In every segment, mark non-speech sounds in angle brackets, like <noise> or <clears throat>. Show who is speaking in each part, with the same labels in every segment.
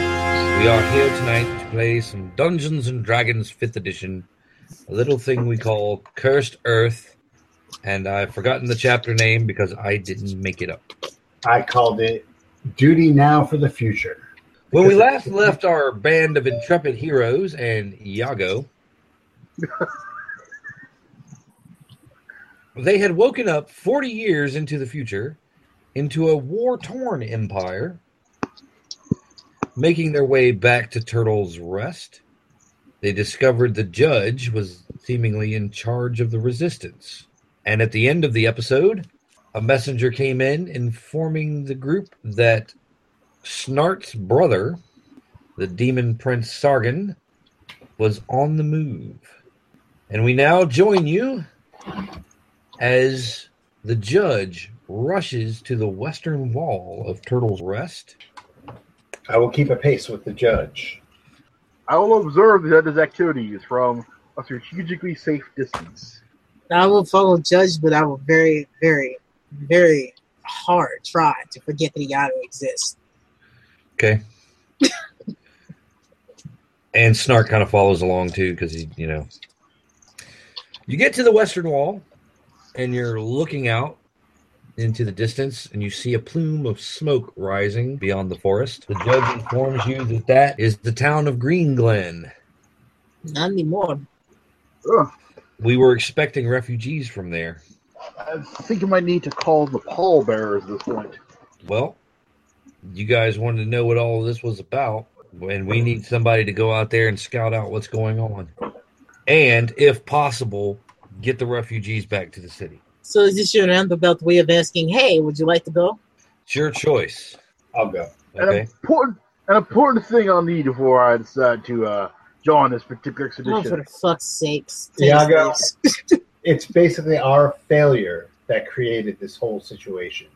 Speaker 1: we are here tonight to play some Dungeons and Dragons 5th edition, a little thing we call Cursed Earth, and I've forgotten the chapter name because I didn't make it up.
Speaker 2: I called it Duty Now for the Future.
Speaker 1: When we last left our band of intrepid heroes and Iago, they had woken up 40 years into the future into a war torn empire, making their way back to Turtle's Rest. They discovered the judge was seemingly in charge of the resistance. And at the end of the episode, a messenger came in informing the group that Snart's brother, the demon prince Sargon, was on the move. And we now join you as the judge rushes to the western wall of Turtle's Rest.
Speaker 2: I will keep a pace with the judge.
Speaker 3: I will observe the other's activities from a strategically safe distance.
Speaker 4: I will follow Judge, but I will very, very, very hard try to forget that Iago exists.
Speaker 1: Okay. and Snark kind of follows along too because he, you know, you get to the western wall and you're looking out into the distance and you see a plume of smoke rising beyond the forest. The judge informs you that that is the town of Green Glen.
Speaker 4: Not anymore.
Speaker 3: Ugh,
Speaker 1: We were expecting refugees from there.
Speaker 3: I think you might need to call the pallbearers at this point.
Speaker 1: Well, you guys wanted to know what all this was about, and we need somebody to go out there and scout out what's going on. And if possible, get the refugees back to the city.
Speaker 4: So is this your roundabout way of asking, hey, would you like to go?
Speaker 1: It's your choice.
Speaker 2: I'll go.
Speaker 1: Okay.
Speaker 3: An important, an important thing I'll need before I decide to uh, join this particular
Speaker 4: Oh, for
Speaker 3: expedition.
Speaker 4: the fuck's sakes.
Speaker 2: Iago.
Speaker 4: Taste
Speaker 2: It's basically our failure that created this whole situation.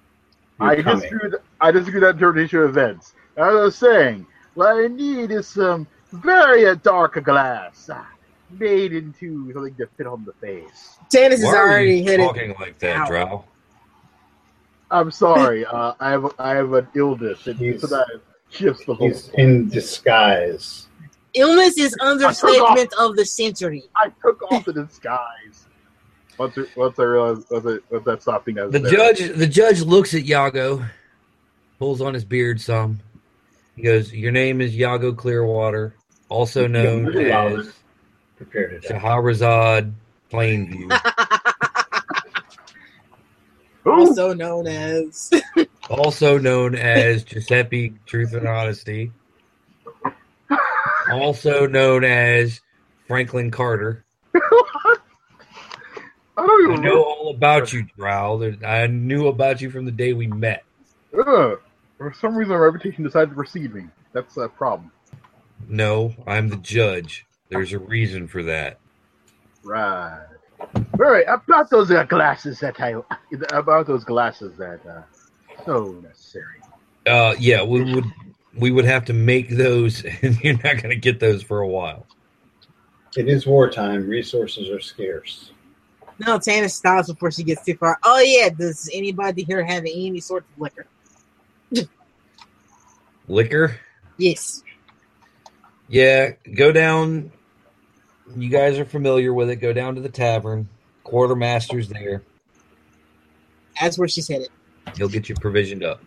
Speaker 2: You're
Speaker 3: I
Speaker 2: coming.
Speaker 3: disagree. With, I disagree with that interpretation of events. As I was saying, what I need is some very dark glass ah, made into something to fit on the face.
Speaker 4: this. Tannis is
Speaker 1: Why are
Speaker 4: already
Speaker 1: you
Speaker 4: hit it.
Speaker 1: talking like that,
Speaker 4: Ow.
Speaker 1: Drow?
Speaker 2: <laughs>
Speaker 3: I'm sorry. uh, I have I have an illness, and
Speaker 2: He's-
Speaker 3: sometimes shifts the whole.
Speaker 2: He's in disguise.
Speaker 4: Illness is
Speaker 3: I
Speaker 4: understatement of the century.
Speaker 3: I took off the disguise. Once, I- once I realized once, I, once that stopped being
Speaker 1: The judge the judge looks at Yago, pulls on his beard some. He goes, Your name is Yago Clearwater, also known
Speaker 2: Clearwater.
Speaker 1: as
Speaker 2: Prepared to die.
Speaker 1: Shahrazad Plainview.
Speaker 4: <laughs>
Speaker 3: Who?
Speaker 4: Also known as <laughs>
Speaker 1: also known as Giuseppe Truth and Honesty, also known as Franklin Carter.
Speaker 3: I don't
Speaker 1: I
Speaker 3: even
Speaker 1: know
Speaker 3: know.
Speaker 1: all about you, Drow. There- I knew about you from the day we met.
Speaker 3: Ugh. For some reason, my reputation decided to precede me. That's a problem.
Speaker 1: No, I'm the judge. There's a reason for that.
Speaker 3: Right. All right. About those uh, glasses that I about those glasses that uh, so necessary.
Speaker 1: Uh, yeah, we would we would have to make those, <laughs> and you're not going to get those for a while.
Speaker 2: It is wartime. Resources are scarce.
Speaker 4: No, Tannis stops before she gets too far. Oh yeah, does anybody here have any sort of liquor?
Speaker 1: Liquor,
Speaker 4: Yes.
Speaker 1: yeah. Go down. You guys are familiar with it. Go down to the tavern. Quartermaster's there.
Speaker 4: That's where she's headed.
Speaker 1: He'll get you provisioned up.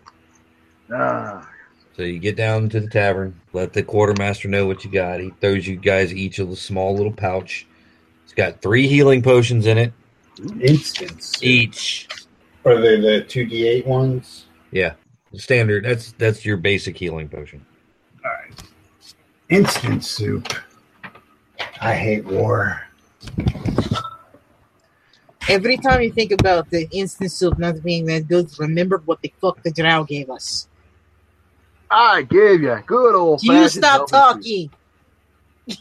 Speaker 3: Ah,
Speaker 1: So you get down to the tavern, let the quartermaster know what you got. He throws you guys each a small little pouch. It's got three healing potions in it
Speaker 2: Instance.
Speaker 1: each.
Speaker 2: Are they the 2d8 ones?
Speaker 1: Standard. That's that's your basic healing potion.
Speaker 2: Instant soup. I hate war.
Speaker 4: Every time you think about the instant soup not being that good, remember what the fuck the drow gave us.
Speaker 3: I gave you good old.
Speaker 4: You stop talking.
Speaker 3: <laughs> Is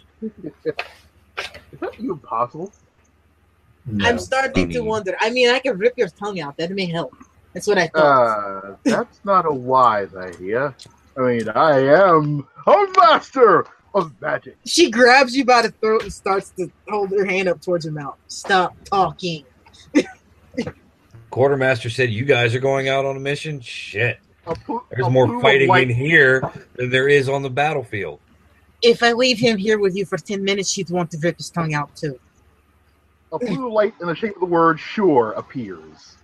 Speaker 3: that even possible?
Speaker 2: No.
Speaker 4: I'm starting to
Speaker 1: Mm.
Speaker 4: wonder. I mean, I can rip your tongue out. That may help. That's what I thought.
Speaker 3: Uh, that's not a wise idea. I mean, I am a master of magic.
Speaker 4: she grabs you by the throat and starts to hold her hand up towards your mouth. Stop talking.
Speaker 1: Quartermaster said you guys are going out on a mission. Shit.
Speaker 3: A pl-
Speaker 1: There's
Speaker 3: a
Speaker 1: more
Speaker 3: plume of
Speaker 1: fighting
Speaker 3: light-
Speaker 1: in here than there is on the battlefield.
Speaker 4: If I leave him here with you for 10 minutes, she'd want to rip his tongue out <laughs> too.
Speaker 3: A blue light in the shape of the word sure appears.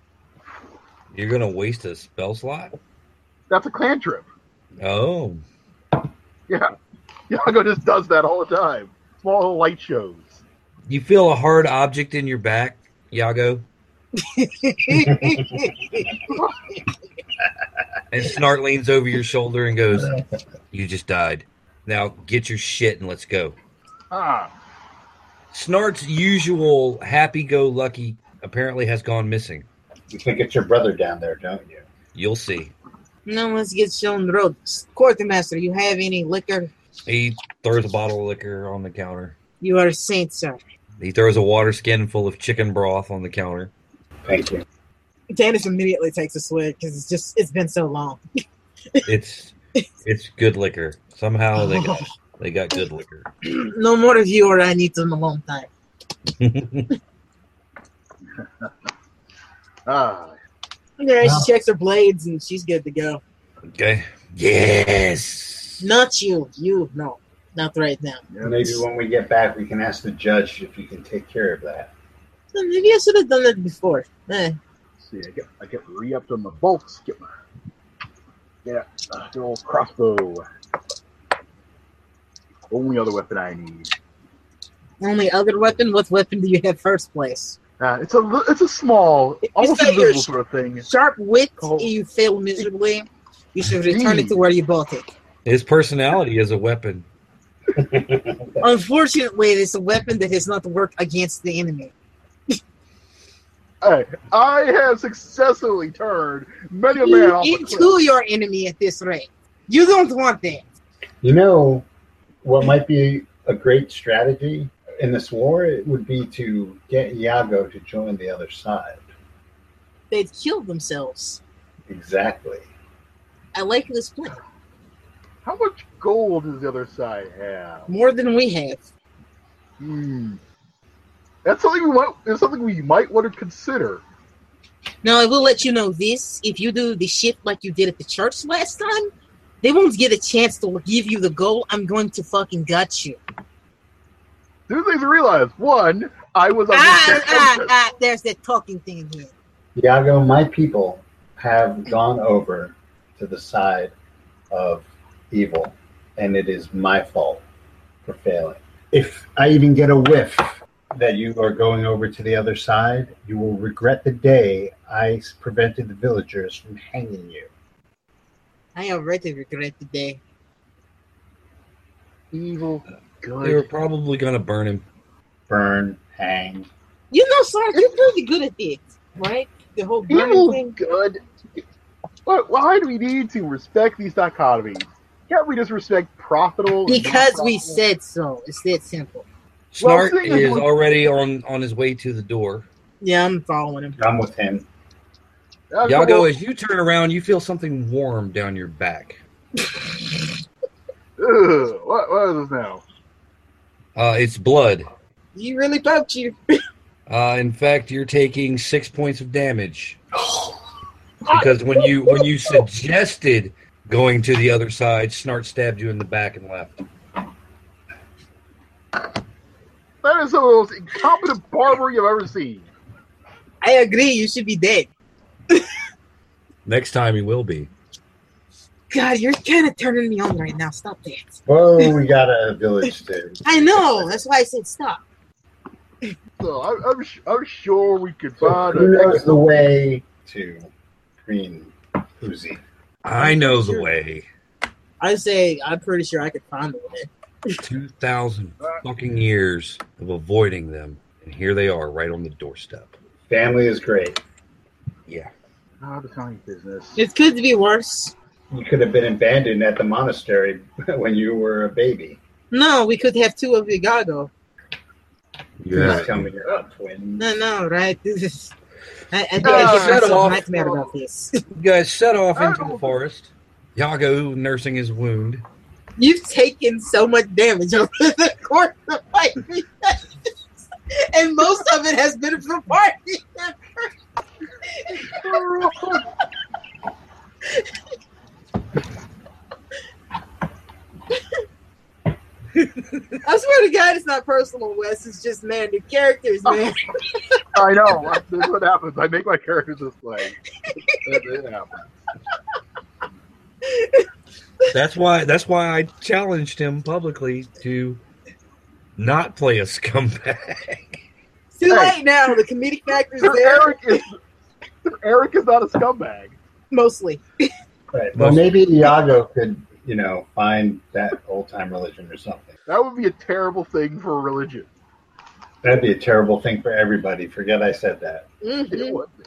Speaker 1: You're gonna waste a spell slot?
Speaker 3: That's a cantrip.
Speaker 1: Oh,
Speaker 3: Yeah. <laughs> Yago just does that all the time. Small little light shows.
Speaker 1: you feel a hard object in your back, Yago, and Snart leans over your shoulder and goes, "You just died. Now get your shit and let's go."
Speaker 3: Ah.
Speaker 1: Snart's usual happy-go-lucky apparently has gone missing.
Speaker 2: You can get your brother down there, don't you?
Speaker 1: You'll see.
Speaker 4: no, let's get shown the road. Quartermaster, you have any liquor?
Speaker 1: He throws a bottle of liquor on the counter.
Speaker 4: You are a saint, sir.
Speaker 1: He throws a water skin full of chicken broth on the counter.
Speaker 2: Thank you.
Speaker 4: Dennis immediately takes a swig because it's just, it's been so long.
Speaker 1: It's it's good liquor. Somehow Oh, they
Speaker 4: <laughs>
Speaker 1: got, they got good liquor. <laughs>
Speaker 4: no more of you or I need them a long time.
Speaker 3: Ah.
Speaker 4: Yeah,
Speaker 2: Wow.
Speaker 4: she checks her blades and she's good to go.
Speaker 1: Okay. Yes.
Speaker 4: Not you. You, no. Not right now.
Speaker 2: Maybe when we get back, we can ask the judge if you can take care of that.
Speaker 4: Well, Maybe I should have done that before. Eh.
Speaker 3: Let's see, I get I get re-upped on the bolts. Get my get a uh, good old crossbow. Only other weapon I need.
Speaker 4: Only other weapon? What weapon do you have first place?
Speaker 3: Uh, it's a li- it's a small,
Speaker 4: It's
Speaker 3: almost
Speaker 4: like your
Speaker 3: invisible
Speaker 4: sh-
Speaker 3: sort of thing.
Speaker 4: Sharp wit,
Speaker 3: Cool.
Speaker 4: you fail miserably. You should return it to where you bought it.
Speaker 1: His personality is a weapon.
Speaker 4: Unfortunately, it's a weapon that has not worked against the enemy.
Speaker 3: Hey, I have successfully turned Mega Man
Speaker 4: You
Speaker 3: off a cliff.
Speaker 4: into your enemy at this rate. You don't want that.
Speaker 2: You know, what might be a great strategy in this war it would be to get Iago to join the other side.
Speaker 4: They'd kill themselves.
Speaker 2: Exactly.
Speaker 4: I like this plan
Speaker 3: How much gold does the other side have?
Speaker 4: more than we have.
Speaker 3: Hmm. That's something we might. It's something we might want to consider.
Speaker 4: Now I will let you know this: if you do the shit like you did at the church last time, they won't get a chance to give you the goal. I'm going to fucking gut you.
Speaker 3: Two things I realized. One, I was on
Speaker 4: Ah,
Speaker 3: this
Speaker 4: ah,
Speaker 3: campus.
Speaker 4: ah, there's that talking thing again.
Speaker 2: Iago, my people have gone over to the side of evil, and it is my fault for failing. If I even get a whiff that you are going over to the other side, you will regret the day I s- prevented the villagers from hanging you.
Speaker 4: I already regret the day.
Speaker 3: Evil,
Speaker 1: They were
Speaker 3: good.
Speaker 1: probably gonna burn him.
Speaker 2: Burn, hang.
Speaker 4: You know, Sarge, you're pretty good at it, right? The whole burning
Speaker 3: Evil,
Speaker 4: thing.
Speaker 3: good. Why, why do we need to respect these dichotomies? Can't we just respect profitable? and
Speaker 4: Because we
Speaker 3: non-profitable?
Speaker 4: said so. It's that simple.
Speaker 3: Well,
Speaker 1: Snart
Speaker 3: seeing as
Speaker 1: is
Speaker 3: we-
Speaker 1: already on on his way to the door.
Speaker 4: Yeah, I'm following him.
Speaker 2: I'm with him.
Speaker 3: Uh, well,
Speaker 1: Yago, as you turn around, you feel something warm down your back.
Speaker 3: ugh, what, what is this now?
Speaker 1: Uh, it's blood.
Speaker 4: You really poked you.
Speaker 1: Uh, in fact, you're taking six points of
Speaker 3: <gasps>
Speaker 1: damage because when you when you suggested going to the other side, Snart stabbed you in the back and left.
Speaker 3: That is the most incompetent barbary I've ever seen.
Speaker 4: I agree. You should be dead.
Speaker 1: Next time he will be.
Speaker 4: God, you're kind of turning me on right now. Stop that.
Speaker 2: Whoa, we got a village there.
Speaker 4: I know. That's why I said stop.
Speaker 3: So I, I'm, sh- I'm sure we could
Speaker 2: So
Speaker 3: find.
Speaker 2: who
Speaker 3: a-
Speaker 2: knows the way to Green Uzi?
Speaker 1: I know the way.
Speaker 4: I say I'm pretty sure I could find a way.
Speaker 1: Two thousand fucking years of avoiding them, and here they are, right on the doorstep.
Speaker 2: Family is great.
Speaker 1: Yeah.
Speaker 3: Not a tiny business. <laughs>
Speaker 4: It could be worse.
Speaker 2: You could have been abandoned at the monastery <laughs> when you were a baby.
Speaker 4: No, we could have two of you gago.
Speaker 2: Please tell me you're up, twin.
Speaker 4: No, no, right? <laughs> This is. I, I think
Speaker 3: Ah,
Speaker 4: I give
Speaker 1: Oh, shut
Speaker 4: myself
Speaker 1: off.
Speaker 4: a nightmare about this. <laughs>
Speaker 1: You guys set off
Speaker 3: I
Speaker 1: into the
Speaker 3: don't-
Speaker 1: forest. Yago nursing his wound.
Speaker 4: You've taken so much damage over <laughs> the course of my <laughs> and most of it has been from <laughs> party. swear to God, it's not personal, Wes. It's just man, the characters,
Speaker 1: Oh,
Speaker 4: man.
Speaker 3: I know. This is what happens. I make my characters this way. It, it happens.
Speaker 1: That's why. That's why I challenged him publicly to not play a scumbag.
Speaker 4: It's too
Speaker 3: Hey.
Speaker 4: late now. The comedic factor's
Speaker 3: Sir
Speaker 4: there
Speaker 3: Eric is Sir Eric is not a scumbag.
Speaker 4: mostly.
Speaker 2: Right. Well, maybe Iago could, you know, find that old time religion or something.
Speaker 3: That would be a terrible thing for religion.
Speaker 2: That'd be a terrible thing for everybody. Forget I said that.
Speaker 3: It
Speaker 1: <laughs>
Speaker 4: Mhm.
Speaker 3: would be.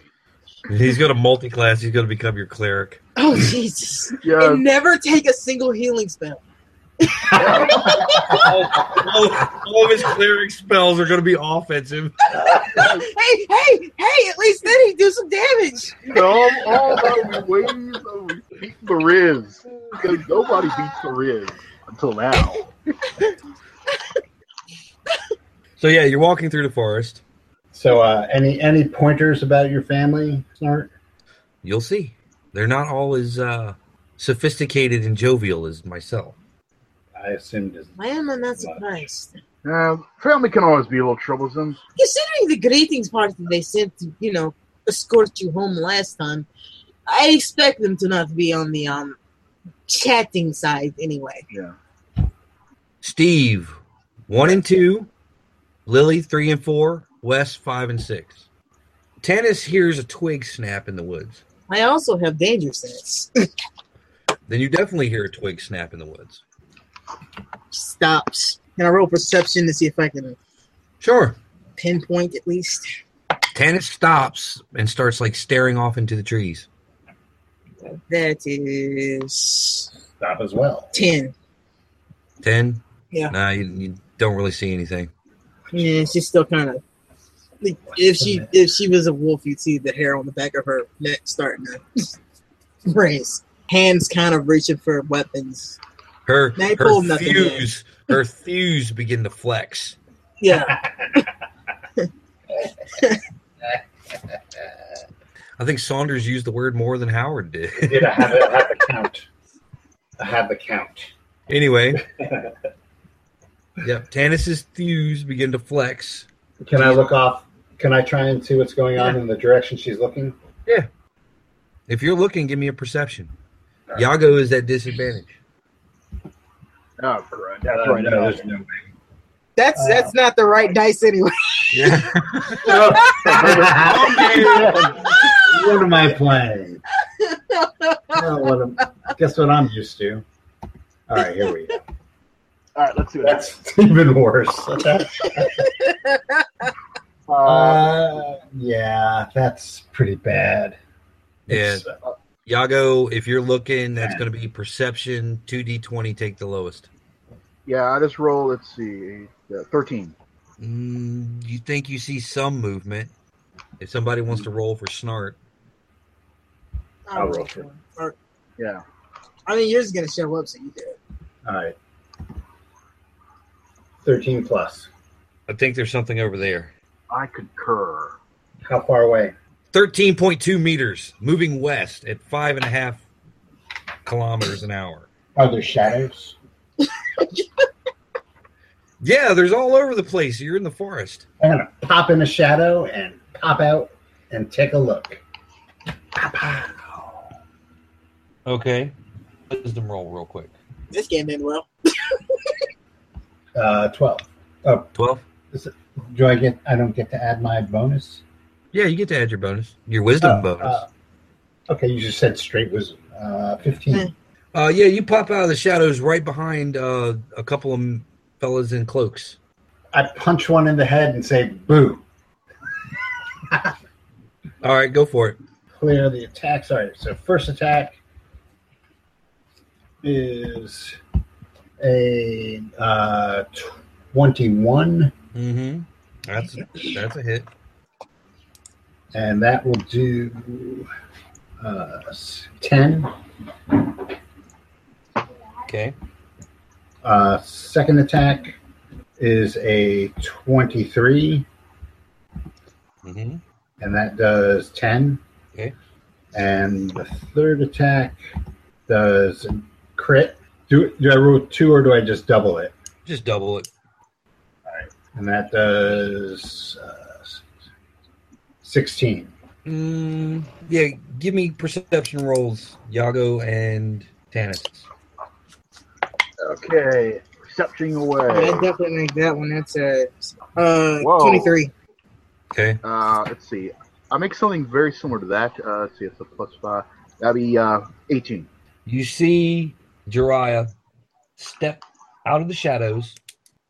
Speaker 1: <laughs> He's going to multi-class. He's going to become your cleric.
Speaker 4: Oh Jesus!
Speaker 1: Uh,
Speaker 3: Yeah.
Speaker 4: And never take a single healing spell.
Speaker 3: yeah.
Speaker 1: all, all- all of his cleric spells are going to be offensive.
Speaker 4: Hey, hey, hey! At least then he do some damage.
Speaker 3: You know, all the ways of beating the Riz. Because nobody beats the Riz until now.
Speaker 1: So yeah, you're walking through the forest.
Speaker 2: So, uh, any any pointers about your family, Snart?
Speaker 1: You'll see. They're not all as uh, sophisticated and jovial as myself.
Speaker 2: I assumed is
Speaker 4: Why am I not surprised?
Speaker 3: Uh, family can always be a little troublesome.
Speaker 4: Considering the greetings party they sent to, you know, escort you home last time, I expect them to not be on the um chatting side anyway.
Speaker 3: Yeah.
Speaker 1: Steve, one and two. Lily, three and four. Wes, five and six. Tannis hears a twig snap in the woods.
Speaker 4: I also have danger sense.
Speaker 1: Then you definitely hear a twig snap in the woods.
Speaker 4: Stops. Can I roll perception to see if I can
Speaker 1: Sure.
Speaker 4: pinpoint at least?
Speaker 1: Tannis stops and starts like staring off into the trees.
Speaker 4: That is
Speaker 2: stop as well.
Speaker 4: ten.
Speaker 1: Ten.
Speaker 4: Yeah.
Speaker 1: Nah, you, you don't really see anything.
Speaker 4: Yeah, she's still kind of. Like, if she if she was a wolf, you'd see the hair on the back of her neck starting to <laughs> raise. Hands kind of reaching for weapons.
Speaker 1: Her
Speaker 4: They
Speaker 1: her
Speaker 4: pulled nothing in.
Speaker 1: thews her thews begin to flex.
Speaker 4: Yeah,
Speaker 1: I think Saunders used the word more than Howard did. <laughs>
Speaker 2: Did I have, I have the count? I have the count.
Speaker 1: <laughs> anyway. Yep. Tannis's thews begin to flex.
Speaker 2: Can I look off? Can I try and see what's going on in the direction she's looking?
Speaker 1: If you're looking, give me a perception. Yago is at <laughs> disadvantage.
Speaker 3: Oh, crud. That's
Speaker 2: Uh,
Speaker 3: right.
Speaker 2: no, there's no
Speaker 4: that's that's not the right dice anyway.
Speaker 1: Yeah.
Speaker 2: what am I playing? Oh, what am- guess what I'm used to. All right, here we go.
Speaker 3: All right, let's do
Speaker 2: <laughs>
Speaker 3: that.
Speaker 2: That's even worse.
Speaker 3: Uh,
Speaker 2: Uh, yeah, that's pretty bad.
Speaker 1: yeah.
Speaker 2: It's, uh,
Speaker 1: Yago, if you're looking, that's gonna be perception, two D twenty, take the lowest.
Speaker 3: yeah, I just roll, let's see, uh, 13.
Speaker 1: Mm, you think you see some movement. If somebody wants to roll for snart,
Speaker 2: I'll roll for it.
Speaker 4: Or-
Speaker 3: Yeah.
Speaker 4: I mean, yours is gonna show up, so you do it.
Speaker 2: all right. 13 plus.
Speaker 1: I think there's something over there.
Speaker 3: I concur.
Speaker 2: How far away?
Speaker 1: 13.2 meters, moving west at five and a half kilometers an hour.
Speaker 2: Are there shadows?
Speaker 1: Yeah, there's all over the place. You're in the forest.
Speaker 2: I'm going to pop in a shadow and pop out and take a look. Uh, Pow-pow.
Speaker 1: Okay. Wisdom roll real quick.
Speaker 4: This game ended well.
Speaker 2: Uh, 12.
Speaker 1: 12?
Speaker 2: Do I get, I don't get to add my bonus?
Speaker 1: Yeah, you get to add your bonus, your wisdom
Speaker 2: Oh,
Speaker 1: bonus.
Speaker 2: uh, okay, you just said straight was uh, 15.
Speaker 1: Uh, yeah, you pop out of the shadows right behind uh, a couple of m- fellas in cloaks.
Speaker 2: I punch one in the head and say, boo.
Speaker 1: All right, go for it.
Speaker 2: Clear the attacks. All right, so first attack is a uh, 21,
Speaker 1: Mm-hmm. That's that's a hit.
Speaker 2: and that will do uh, s- 10.
Speaker 1: Okay.
Speaker 2: Uh, second attack is a 23.
Speaker 1: Mm-hmm.
Speaker 2: and that does 10.
Speaker 1: Okay.
Speaker 2: And the third attack does crit. Do, do I roll two or do I just double it?
Speaker 1: Just double it.
Speaker 2: and that does uh, 16.
Speaker 1: Mm, yeah, give me perception rolls, Yago and Tanis.
Speaker 3: Okay, perception away.
Speaker 4: I definitely make that one. That's a uh,
Speaker 3: Whoa.
Speaker 4: 23.
Speaker 1: Okay.
Speaker 3: Uh, let's see. I make something very similar to that. Uh, let's see, it's a plus five. That'd be uh, 18.
Speaker 1: You see Jiraiya step out of the shadows,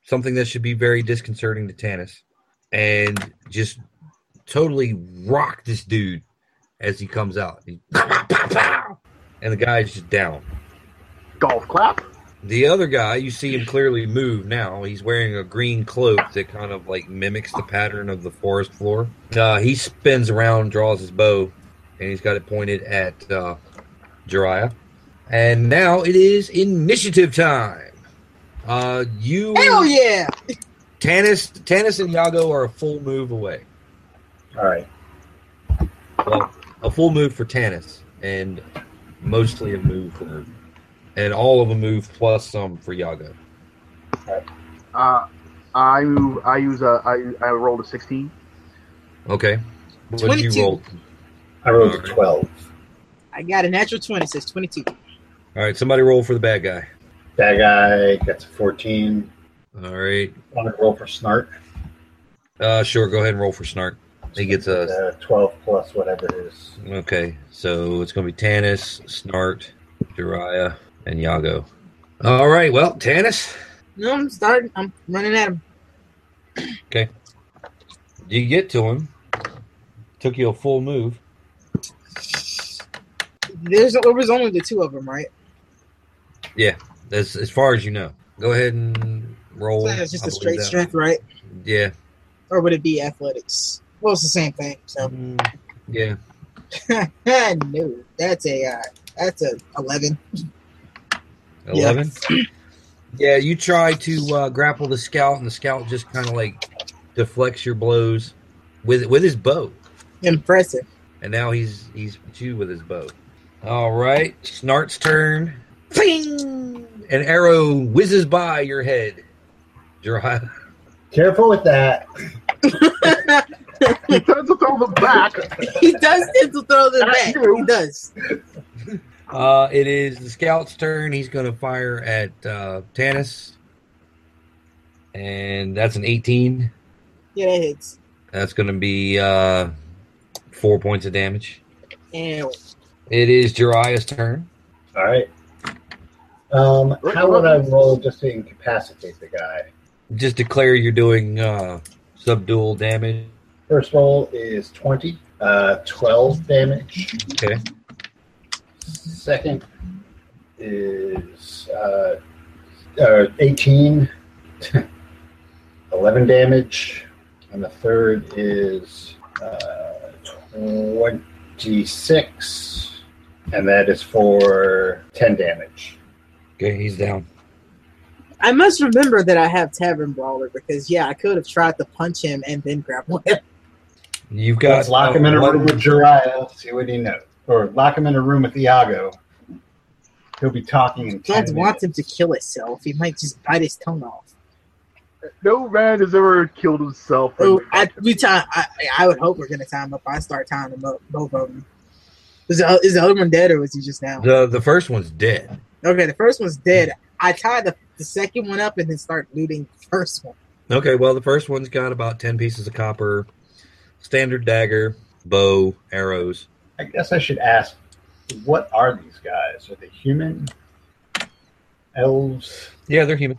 Speaker 1: something that should be very disconcerting to Tanis, and just totally rock this dude as he comes out. He- <laughs> and the guy's just down.
Speaker 3: Golf clap.
Speaker 1: The other guy, you see him clearly move now. He's wearing a green cloak that kind of like mimics the pattern of the forest floor. Uh, he spins around, draws his bow, and he's got it pointed at uh, Jiraiya. And now it is initiative time. Uh, you,
Speaker 4: Hell yeah!
Speaker 1: Tanis, Tanis, and Yago are a full move away.
Speaker 2: All right.
Speaker 1: Well, a full move for Tanis, and mostly a move for, and all of a move plus some for Yago.
Speaker 3: Uh, I move. I use a. I I rolled a 16.
Speaker 1: Okay, what did
Speaker 4: 22.
Speaker 1: you roll?
Speaker 2: I rolled
Speaker 1: All
Speaker 2: a
Speaker 1: right.
Speaker 2: 12.
Speaker 4: I got a natural 20, so it's 22.
Speaker 1: All right, somebody roll for the bad guy.
Speaker 2: That guy gets a 14.
Speaker 1: All right.
Speaker 2: Want to roll for Snart?
Speaker 1: Uh, sure, go ahead and roll for Snark. He gets a.
Speaker 2: Uh, 12 plus whatever it is.
Speaker 1: Okay, so it's going to be Tanis, Snart, Jiraiya, and Yago. All right, well, Tanis,
Speaker 4: No, I'm starting. I'm running at him.
Speaker 1: you get to him. Took you a full move.
Speaker 4: There's there was only the two of them, right?
Speaker 1: As, as far as you know. Go ahead and roll.
Speaker 4: So it's just
Speaker 1: Oh, I
Speaker 4: a
Speaker 1: believe
Speaker 4: straight
Speaker 1: that-
Speaker 4: strength, right?
Speaker 1: Yeah.
Speaker 4: Or would it be athletics? Well, it's the same thing. So <laughs>
Speaker 1: Mm, Yeah.
Speaker 4: no, that's a uh, that's a 11.
Speaker 1: 11? Yeah, you try to uh, grapple the scout, and the scout just kind of like deflects your blows with with his bow.
Speaker 4: Impressive. <laughs>
Speaker 1: And now he's he's at you with his bow. All right, Snart's turn. Ping! An arrow whizzes by your head. Jiraiya.
Speaker 2: Careful with that.
Speaker 3: <laughs> He turns to throw them back.
Speaker 4: he does tend to throw the
Speaker 3: I
Speaker 4: back.
Speaker 3: do.
Speaker 4: He does.
Speaker 1: Uh, it is the scout's turn. He's going to fire at uh, Tanis, and that's an eighteen.
Speaker 4: Yeah, that hits.
Speaker 1: That's going to be uh, four points of damage.
Speaker 4: And
Speaker 1: It is Jiraiya's turn.
Speaker 2: All right. Um,
Speaker 3: Right,
Speaker 2: how would I
Speaker 3: right.
Speaker 2: roll just to incapacitate the guy?
Speaker 1: Just declare you're doing uh, subdual damage.
Speaker 2: First roll is 20, uh, 12 damage.
Speaker 1: Okay.
Speaker 2: Second is uh, uh, <laughs> 18, 11 damage. And the third is uh, 26, and that is for 10 damage.
Speaker 1: Okay, he's down.
Speaker 4: I must remember that I have Tavern Brawler because yeah, I could have tried to punch him and then grapple him.
Speaker 1: You've got
Speaker 2: Let's lock him in a room with Jiraiya, see what he knows. Or lock him in a room with Iago. He'll be talking in 10
Speaker 4: God
Speaker 2: minutes.
Speaker 4: wants him to kill himself. He might just bite his tongue off.
Speaker 3: No man has ever killed himself.
Speaker 4: Oh, I, we time. I, I would hope we're gonna time up. I start timing them up, both of them. Is the, is the other one dead or was he just down?
Speaker 1: The the first one's dead.
Speaker 4: Okay, the first one's dead. I tied the, the second one up and then start looting the first one.
Speaker 1: Okay, well the first one's got about ten pieces of copper, standard dagger, bow, arrows.
Speaker 2: I guess I should ask, what are these guys? Are they human? Elves?
Speaker 1: Yeah, they're human.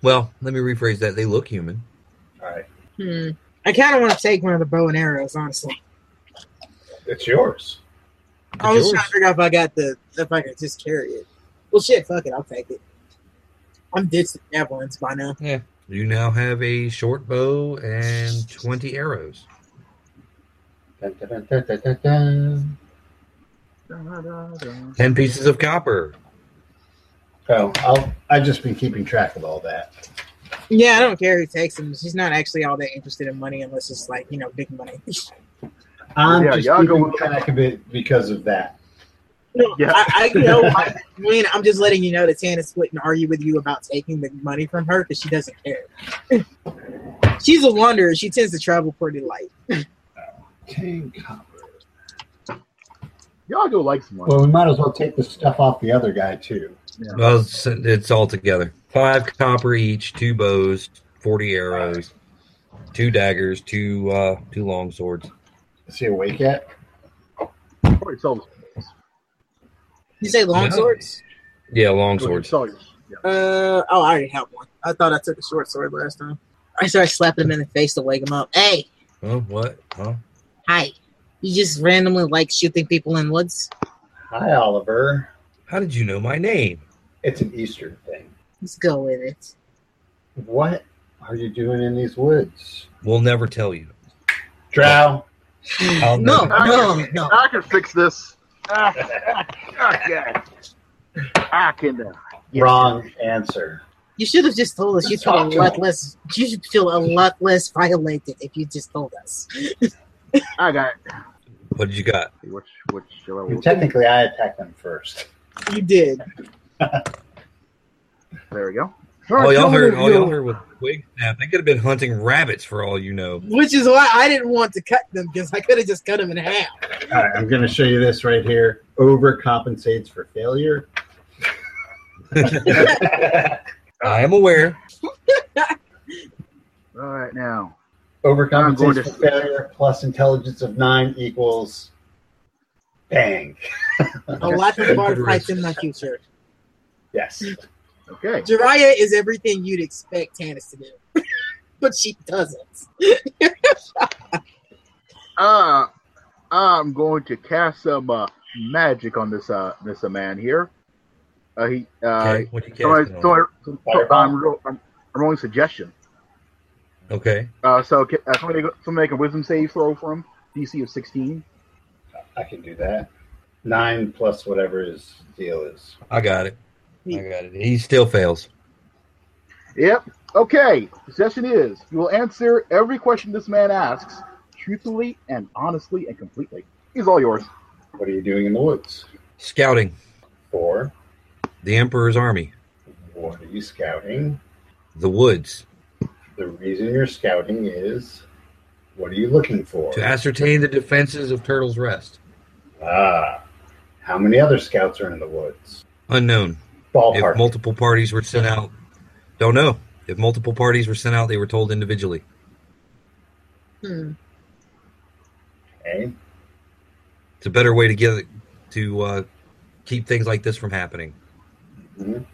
Speaker 1: Well, let me rephrase that. They look human.
Speaker 2: All right.
Speaker 4: Hmm. I kind of want to take one of the bow and arrows, honestly.
Speaker 2: It's yours.
Speaker 4: I was
Speaker 1: It's
Speaker 4: trying to
Speaker 1: yours.
Speaker 4: figure out if I got the if I could just carry it. Well, shit, fuck it, I'll take it. I'm ditched the javelins by now.
Speaker 1: You now have a short bow and twenty arrows.
Speaker 2: Dun, dun, dun, dun, dun, dun, dun.
Speaker 1: Ten pieces of copper.
Speaker 2: Oh, I'll, I've just been keeping track of all that.
Speaker 4: Yeah, I don't care who takes them. She's not actually all that interested in money unless it's like you know big money.
Speaker 2: I'm
Speaker 3: Yeah,
Speaker 2: just
Speaker 3: Iago
Speaker 2: keeping
Speaker 3: will-
Speaker 2: track of it because of that.
Speaker 4: No,
Speaker 3: Yeah.
Speaker 4: I, I you know. I, I mean, I'm just letting you know that Tannis wouldn't argue with you about taking the money from her because she doesn't care. <laughs> She's a wanderer. She tends to travel pretty light.
Speaker 2: Ten copper.
Speaker 3: Yago likes money.
Speaker 2: Well, we might as well take the stuff off the other guy too.
Speaker 1: Well, it's, it's all together. Five copper each, two bows, forty arrows, two daggers, two uh, two long swords.
Speaker 2: Is he awake yet?
Speaker 3: Probably sells.
Speaker 4: You say long
Speaker 1: No.
Speaker 4: swords?
Speaker 1: Yeah, long swords.
Speaker 3: Sells. Yeah.
Speaker 4: Uh oh, I already have one. I thought I took a short sword last time. I started slapping him in the face to wake him up. Hey,
Speaker 1: Huh? What? Huh?
Speaker 4: hi! You just randomly like shooting people in woods?
Speaker 2: Hi, Oliver.
Speaker 1: How did you know my name?
Speaker 2: It's an Eastern thing.
Speaker 4: Let's go with it.
Speaker 2: What are you doing in these woods?
Speaker 1: We'll never tell you.
Speaker 2: Drow.
Speaker 1: I'll
Speaker 4: No,
Speaker 1: never-
Speaker 4: no, no.
Speaker 3: I can fix this. Ah, ah, yeah. I can. Uh, yeah.
Speaker 2: Wrong answer.
Speaker 4: You should have just told us. You feel a
Speaker 2: Talk to
Speaker 4: lot
Speaker 2: him.
Speaker 4: less. You should feel a lot less violated if you just told us.
Speaker 3: I got.
Speaker 1: What did you got?
Speaker 3: It. Which which shall I
Speaker 2: I mean, technically, I attacked them first.
Speaker 4: You did.
Speaker 3: There we go.
Speaker 1: Oh, y'all heard? Oh, y'all heard with Quig snap. They could have been hunting rabbits for all you know.
Speaker 4: Which is why I didn't want to cut them because I could have just cut them in half.
Speaker 2: <laughs> <laughs> All right, I'm going to show you this right here. Overcompensates for <laughs> failure.
Speaker 3: Uh,
Speaker 1: I am aware.
Speaker 3: All right now. I'm going to-
Speaker 2: Overcompensates for failure plus intelligence of nine equals bang.
Speaker 4: A lot of bar fights in my future.
Speaker 2: Yes.
Speaker 3: Okay.
Speaker 4: Jiraiya is everything you'd expect Tannis to do, <laughs> but she doesn't.
Speaker 3: Uh, I'm going to cast some uh, magic on this uh this uh, man here. Uh, he uh.
Speaker 1: Okay. What you
Speaker 3: So I,
Speaker 1: casting
Speaker 3: so
Speaker 1: on?
Speaker 3: I, so I'm, ro- I'm, I'm rolling suggestion.
Speaker 1: Okay.
Speaker 3: Uh, so can, uh, somebody, go- somebody make a wisdom save throw for him. DC of 16.
Speaker 2: I can do that. Nine plus whatever his deal is.
Speaker 1: I got it. I got it. He still fails.
Speaker 3: Yep. Okay. The session is you will answer every question this man asks truthfully and honestly and completely. He's all yours.
Speaker 2: What are you doing in the woods?
Speaker 1: Scouting
Speaker 2: For
Speaker 1: the Emperor's army,
Speaker 2: what are you scouting?
Speaker 1: the woods,
Speaker 2: The reason you're scouting is what are you looking for?
Speaker 1: to ascertain the defenses of Turtle's Rest.
Speaker 2: Ah, how many other scouts are in the woods?
Speaker 1: Unknown.
Speaker 3: Oh,
Speaker 2: Ballpark.
Speaker 1: If multiple parties were sent out, don't know. If multiple parties were sent out, they were told individually.
Speaker 4: Hmm.
Speaker 2: okay.
Speaker 1: It's a better way to get to uh, keep things like this from happening.
Speaker 2: Mhm.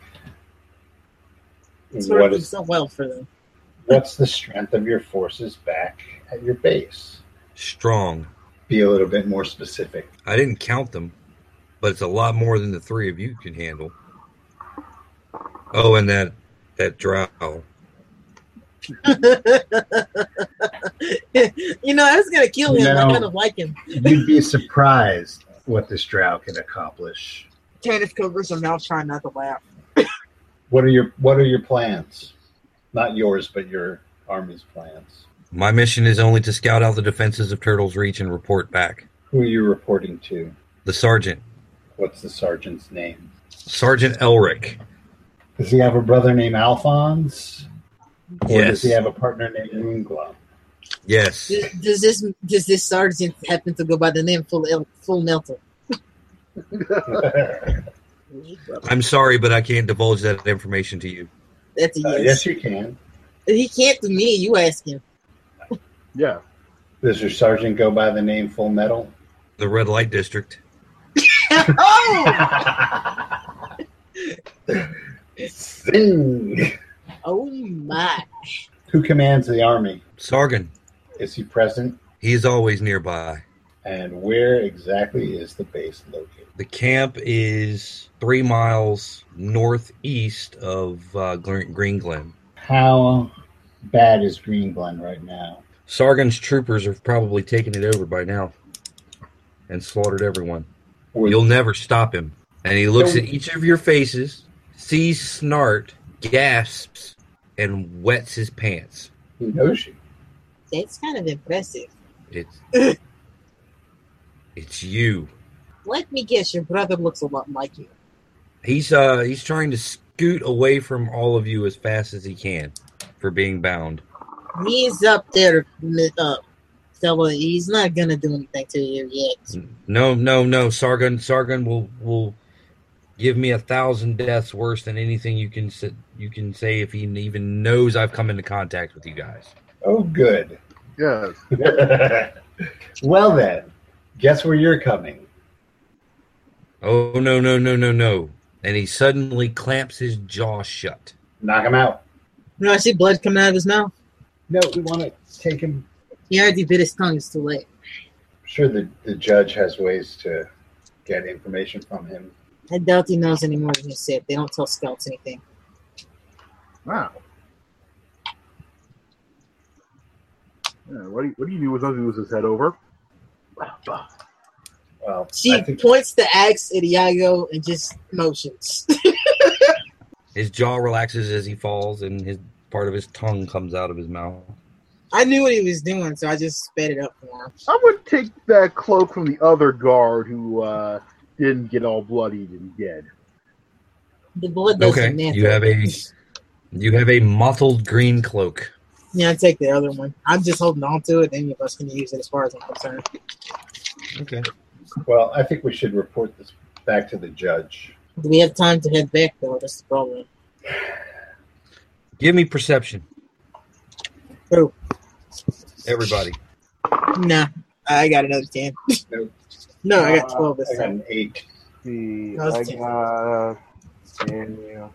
Speaker 4: It's
Speaker 2: What
Speaker 4: working
Speaker 2: is
Speaker 4: so well for them. <laughs>
Speaker 2: what's the strength of your forces back at your base?
Speaker 1: Strong.
Speaker 2: Be a little bit more specific.
Speaker 1: I didn't count them, but it's a lot more than the three of you can handle. Oh, and that that drow.
Speaker 4: you know, that's gonna kill him. I
Speaker 2: No.
Speaker 4: kind of like him.
Speaker 2: You'd be surprised what this drow can accomplish.
Speaker 4: Tannis covers her mouth, trying not to laugh.
Speaker 2: What are your What are your plans? Not yours, but your army's plans.
Speaker 1: My mission is only to scout out the defenses of Turtle's Reach and report back.
Speaker 2: Who are you reporting to?
Speaker 1: The sergeant,
Speaker 2: What's the sergeant's name?
Speaker 1: Sergeant Elric.
Speaker 2: Does he have a brother named Alphonse? Or
Speaker 1: Yes.
Speaker 2: does he have a partner named Moonglow?
Speaker 1: Yes,
Speaker 4: Does, does this does this sergeant happen to go by the name Full El, Full Nelson?
Speaker 2: uh,
Speaker 1: I'm sorry, but I can't divulge that information to you.
Speaker 4: That's a
Speaker 2: Uh, yes,
Speaker 4: yes.
Speaker 2: you can.
Speaker 4: He can't to me. You ask
Speaker 2: <laughs>
Speaker 4: him. <laughs>
Speaker 3: Yeah.
Speaker 2: Does your sergeant go by the name Full Metal?
Speaker 1: The Red Light District.
Speaker 4: oh,
Speaker 2: Zing!
Speaker 4: oh my!
Speaker 2: Who commands the army?
Speaker 1: Sargon,
Speaker 2: Is he present?
Speaker 1: he is always nearby.
Speaker 2: And where exactly is the base located?
Speaker 1: The camp is three miles northeast of uh, Glen- Green Glen.
Speaker 2: How bad is Green Glen right now?
Speaker 1: Sargon's troopers have probably taken it over by now and slaughtered everyone.
Speaker 2: Would-
Speaker 1: You'll never stop him. And he looks at each of your faces, sees Snart, gasps, and wets his pants.
Speaker 2: he knows you.
Speaker 4: That's kind of impressive.
Speaker 1: It's it's you.
Speaker 4: Let me guess, your brother looks a lot like you.
Speaker 1: He's uh he's trying to scoot away from all of you as fast as he can for being bound.
Speaker 4: He's up there, mi- uh, fella. He's not gonna do anything to you yet.
Speaker 1: No, no, no. Sargon Sargon will will give me a thousand deaths worse than anything you can say, you can say if he even knows I've come into contact with you guys.
Speaker 2: Oh, good. <laughs>
Speaker 3: Yes.
Speaker 2: well, then, guess where you're coming?
Speaker 1: Oh no no no no no. And he suddenly clamps his jaw shut.
Speaker 2: Knock him out.
Speaker 4: You know, I see blood coming out of his mouth.
Speaker 2: No, we want to take him.
Speaker 4: He already bit his tongue. It's too late.
Speaker 2: I'm sure the, the judge has ways to get information from him.
Speaker 4: I doubt he knows any more than you said. They don't tell scouts anything.
Speaker 3: Wow. Yeah, what, do you, what do you do with those who lose his head over?
Speaker 2: Well,
Speaker 4: She
Speaker 2: I think
Speaker 4: points the axe at Iago and just motions. <laughs>
Speaker 1: His jaw relaxes as he falls and his part of his tongue comes out of his mouth.
Speaker 4: I knew what he was doing, so I just sped it up for him.
Speaker 3: I would take that cloak from the other guard who uh, didn't get all bloodied and dead.
Speaker 4: The blood doesn't
Speaker 1: Okay,
Speaker 4: matter.
Speaker 1: you have a you have a mottled green cloak.
Speaker 4: Yeah, I take the other one. I'm just holding on to it. Any of us can use it as far as I'm concerned.
Speaker 1: Okay.
Speaker 2: well, I think we should report this back to the judge.
Speaker 4: Do we have time to head back though? That's the problem.
Speaker 1: Give me perception,
Speaker 4: True.
Speaker 1: everybody.
Speaker 4: Nah, I got another ten.
Speaker 2: Nope.
Speaker 4: no, I got twelve this
Speaker 2: I got
Speaker 4: time.
Speaker 2: an eight.
Speaker 3: See,
Speaker 4: That was
Speaker 3: I
Speaker 4: ten.
Speaker 3: got. And, yeah.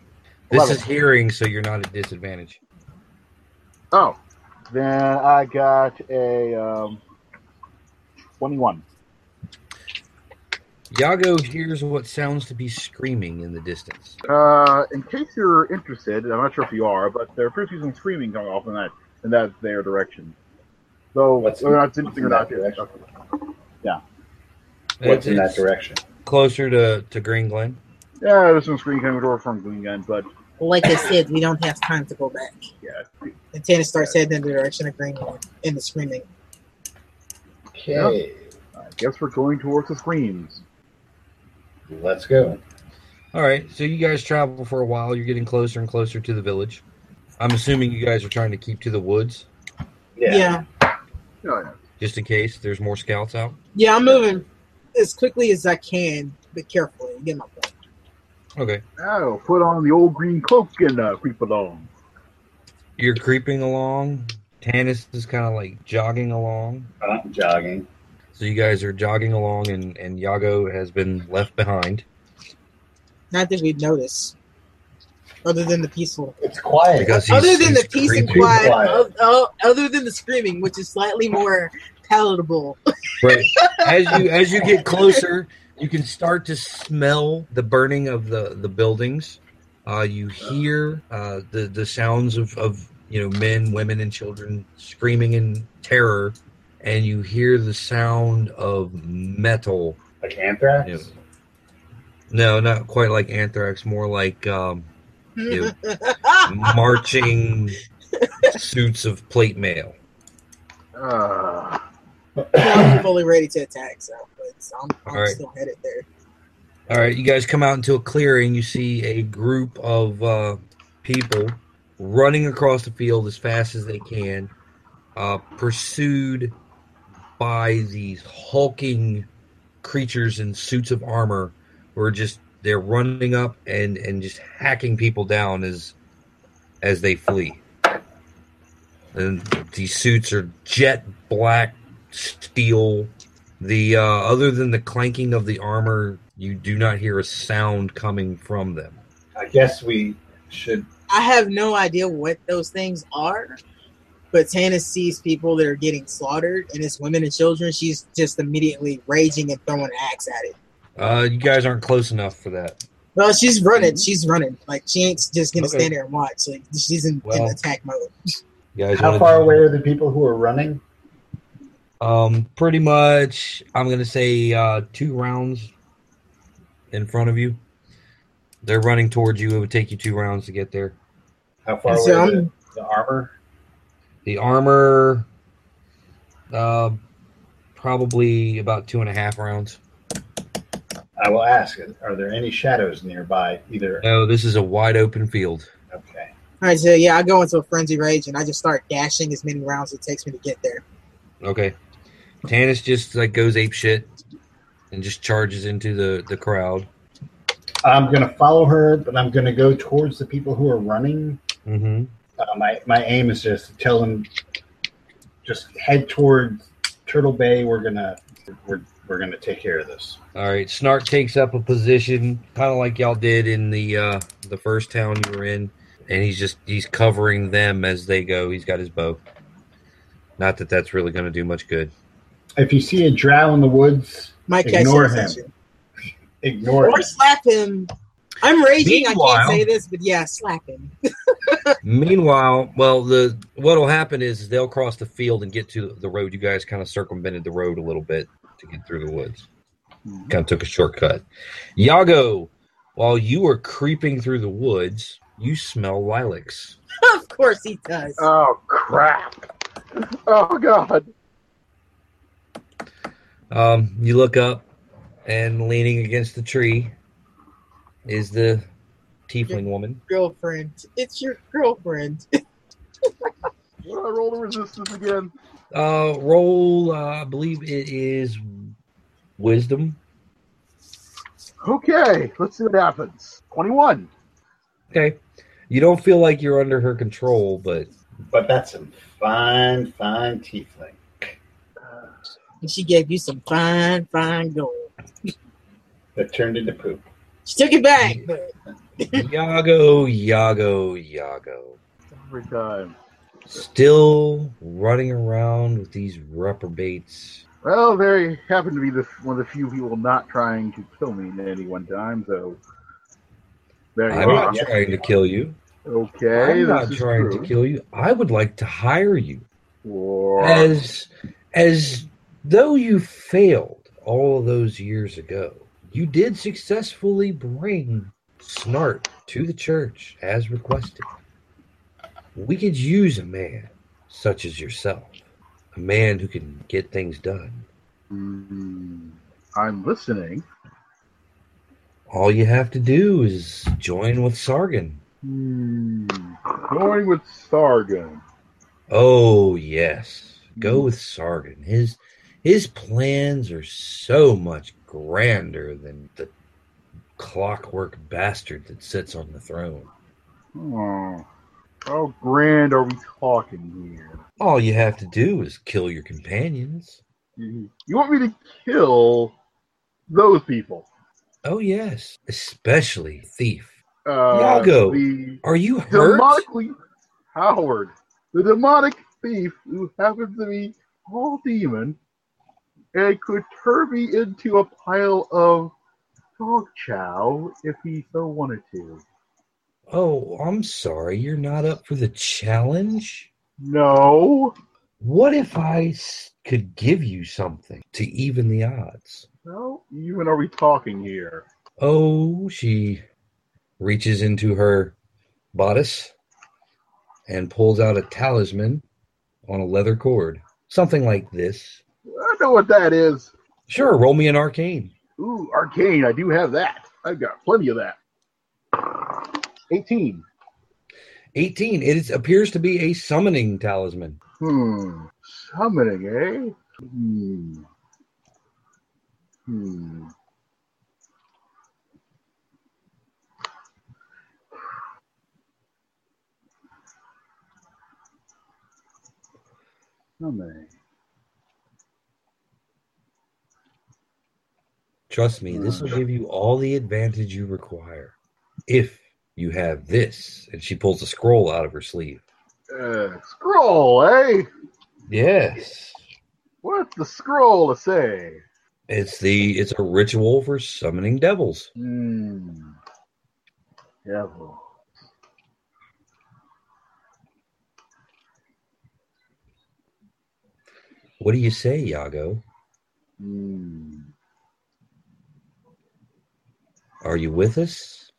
Speaker 1: This
Speaker 3: Eleven.
Speaker 1: is hearing, so you're not at disadvantage.
Speaker 3: Oh, then I got a um, 21.
Speaker 1: Yago hears what sounds to be screaming in the distance.
Speaker 3: Uh, in case you're interested, I'm not sure if you are, but there appears to be some screaming going off in that in that their direction. So
Speaker 2: What's-
Speaker 3: whether or not it's interesting or
Speaker 2: in that
Speaker 3: not,
Speaker 2: direction?
Speaker 1: It's,
Speaker 2: What's in that
Speaker 1: it's
Speaker 2: direction?
Speaker 1: closer to, to Green Glen.
Speaker 3: yeah, there's some screaming coming over from Green Gun, but
Speaker 4: Like I said, we don't have time to go back.
Speaker 3: yeah,
Speaker 4: And Tanner starts heading in the direction of Greenland and the screaming.
Speaker 2: Okay,
Speaker 3: I guess we're going towards the screams.
Speaker 2: let's go.
Speaker 1: All right, so you guys travel for a while. You're getting closer and closer to the village. I'm assuming you guys are trying to keep to the woods
Speaker 2: Yeah.
Speaker 3: Oh, yeah.
Speaker 1: just in case there's more scouts out.
Speaker 4: Yeah, I'm moving as quickly as I can, but carefully. You get my point.
Speaker 1: Okay.
Speaker 3: Oh, put on the old green cloak and uh, creep along.
Speaker 1: You're creeping along. Tanis is kind of like jogging along.
Speaker 2: I'm jogging.
Speaker 1: So you guys are jogging along, and, and Yago has been left behind.
Speaker 4: Not that we'd notice, other than the peaceful,
Speaker 2: It's quiet.
Speaker 1: Because he's-
Speaker 4: other than
Speaker 1: he's
Speaker 4: the peace and
Speaker 1: creeping.
Speaker 4: quiet,
Speaker 2: Quiet.
Speaker 4: o- o- other than the screaming, which is slightly more palatable.
Speaker 1: Right. As you as you get closer, you can start to smell the burning of the the buildings. Uh, you hear uh, the the sounds of of you know men, women, and children screaming in terror, and you hear the sound of metal.
Speaker 2: like anthrax.
Speaker 1: Yeah. No, not quite like anthrax. More like um,
Speaker 4: <laughs>
Speaker 1: Ew. marching suits of plate mail.
Speaker 3: Uh,
Speaker 4: I'm fully ready to attack, so but I'm, I'm
Speaker 1: All right.
Speaker 4: still headed there.
Speaker 1: All right, you guys come out into a clearing. You see a group of uh, people running across the field as fast as they can, uh, pursued by these hulking creatures in suits of armor. Who are just they're running up and and just hacking people down as as they flee. And these suits are jet black steel. The uh, other than the clanking of the armor, you do not hear a sound coming from them.
Speaker 2: I guess we should.
Speaker 4: I have no idea what those things are, but Tana sees people that are getting slaughtered, and it's women and children. She's just immediately raging and throwing an axe at it.
Speaker 1: Uh, you guys aren't close enough for that.
Speaker 4: Well, she's running. She's running. Like she ain't just gonna
Speaker 1: Mm-hmm. Okay.
Speaker 4: stand there and watch. Like she's in,
Speaker 1: Well-
Speaker 4: in attack mode.
Speaker 1: You guys
Speaker 2: How
Speaker 1: wanna-
Speaker 2: far away are the people who are running?
Speaker 1: Um, pretty much. I'm gonna say uh, two rounds in front of you. They're running towards you. It would take you two rounds to get there.
Speaker 2: How far
Speaker 4: So
Speaker 2: away are
Speaker 4: I'm-
Speaker 2: the, the armor?
Speaker 1: The armor, uh, probably about two and a half rounds.
Speaker 2: I will ask, are there any shadows nearby? Either.
Speaker 1: No, this is a wide open field.
Speaker 2: Okay.
Speaker 4: All right, so yeah, I go into a frenzy rage and I just start dashing as many rounds it takes me to get there.
Speaker 1: Okay. Tannis just like goes ape shit and just charges into the the crowd.
Speaker 2: I'm going to follow her, but I'm going to go towards the people who are running.
Speaker 1: Mm-hmm.
Speaker 2: Uh, my, my aim is just to tell them, just head towards Turtle Bay. We're going to. We're, we're going to take care of this.
Speaker 1: All right, Snark takes up a position, kind of like y'all did in the uh, the first town you were in, and he's just he's covering them as they go. He's got his bow. Not that that's really going to do much good.
Speaker 2: If you see a drow in the woods,
Speaker 4: Mike
Speaker 2: Ignore
Speaker 4: catch
Speaker 2: him.
Speaker 4: him.
Speaker 2: ignore
Speaker 4: Or
Speaker 2: it.
Speaker 4: slap him. I'm raging. I
Speaker 1: Meanwhile-
Speaker 4: can't say this, but yeah, slap him. <laughs>
Speaker 1: Meanwhile, well, the what'll happen is they'll cross the field and get to the road. You guys kind of circumvented the road a little bit to get through the woods.
Speaker 3: Mhm.
Speaker 1: Kind of took a shortcut. Yago, while you are creeping through the woods, you smell lilacs.
Speaker 4: of course he does.
Speaker 1: Uh,
Speaker 3: Oh crap! Oh god!
Speaker 1: Um, you look up, and leaning against the tree is the tiefling woman.
Speaker 4: girlfriend. It's your girlfriend.
Speaker 3: Should I roll the resistance again?
Speaker 1: Uh, roll, uh, I believe it is wisdom.
Speaker 3: Okay, let's see what happens. Twenty-one.
Speaker 1: Okay. You don't feel like you're under her control, but
Speaker 2: But that's some fine, fine tiefling.
Speaker 4: and she gave you some fine, fine gold.
Speaker 2: that turned into poop.
Speaker 4: She took it back. but-
Speaker 1: Yago, Yago, Yago.
Speaker 3: Every time.
Speaker 1: Still running around with these reprobates.
Speaker 3: Well, they happen to be the one of the few people not trying to kill me at any one time. So there you
Speaker 1: I'm
Speaker 3: are.
Speaker 1: not trying to kill you.
Speaker 3: Okay,
Speaker 1: I'm not
Speaker 3: this is
Speaker 1: trying to
Speaker 3: true.
Speaker 1: kill you. I would like to hire you.
Speaker 3: Or-
Speaker 1: as as though you failed all those years ago you did successfully bring snart to the church as requested we could use a man such as yourself a man who can get things done
Speaker 3: Mm, I'm listening.
Speaker 1: all you have to do is join with sargon
Speaker 3: Hmm. Going with Sargon.
Speaker 1: oh yes go with sargon his his plans are so much grander than the clockwork bastard that sits on the throne
Speaker 3: Oh, how grand are we talking here? <laughs>
Speaker 1: All you have to do is kill your companions.
Speaker 3: You you want me to kill those people?
Speaker 1: Oh yes, especially thief.
Speaker 3: Uh,
Speaker 1: Yago.
Speaker 3: The
Speaker 1: Are you hurt?
Speaker 3: demonically Howard, the demonic thief who happens to be all demon and could turn me into a pile of dog chow if he so wanted to.
Speaker 1: Oh, I'm sorry. You're not up for the challenge.
Speaker 3: No.
Speaker 1: What if I s- could give you something to even the odds?
Speaker 3: How even are we talking here?
Speaker 1: Oh, she reaches into her bodice and pulls out a talisman on a leather cord. Something like this.
Speaker 3: I know what that is.
Speaker 1: Sure, roll me an arcane.
Speaker 3: Ooh, arcane. I do have that. I've got plenty of that. 18.
Speaker 1: 18. It is, appears to be a summoning talisman.
Speaker 3: Hmm. Summoning, eh? Hmm. Hmm. Summoning.
Speaker 1: Trust me, this will give you all the advantage you require if you have this. And she pulls a scroll out of her sleeve.
Speaker 3: Uh, scroll, eh?
Speaker 1: Yes.
Speaker 3: What's the scroll to say?
Speaker 1: It's the it's a ritual for summoning devils.
Speaker 3: Hmm. Devil.
Speaker 1: What do you say, Yago?
Speaker 3: Hmm.
Speaker 1: Are you with us?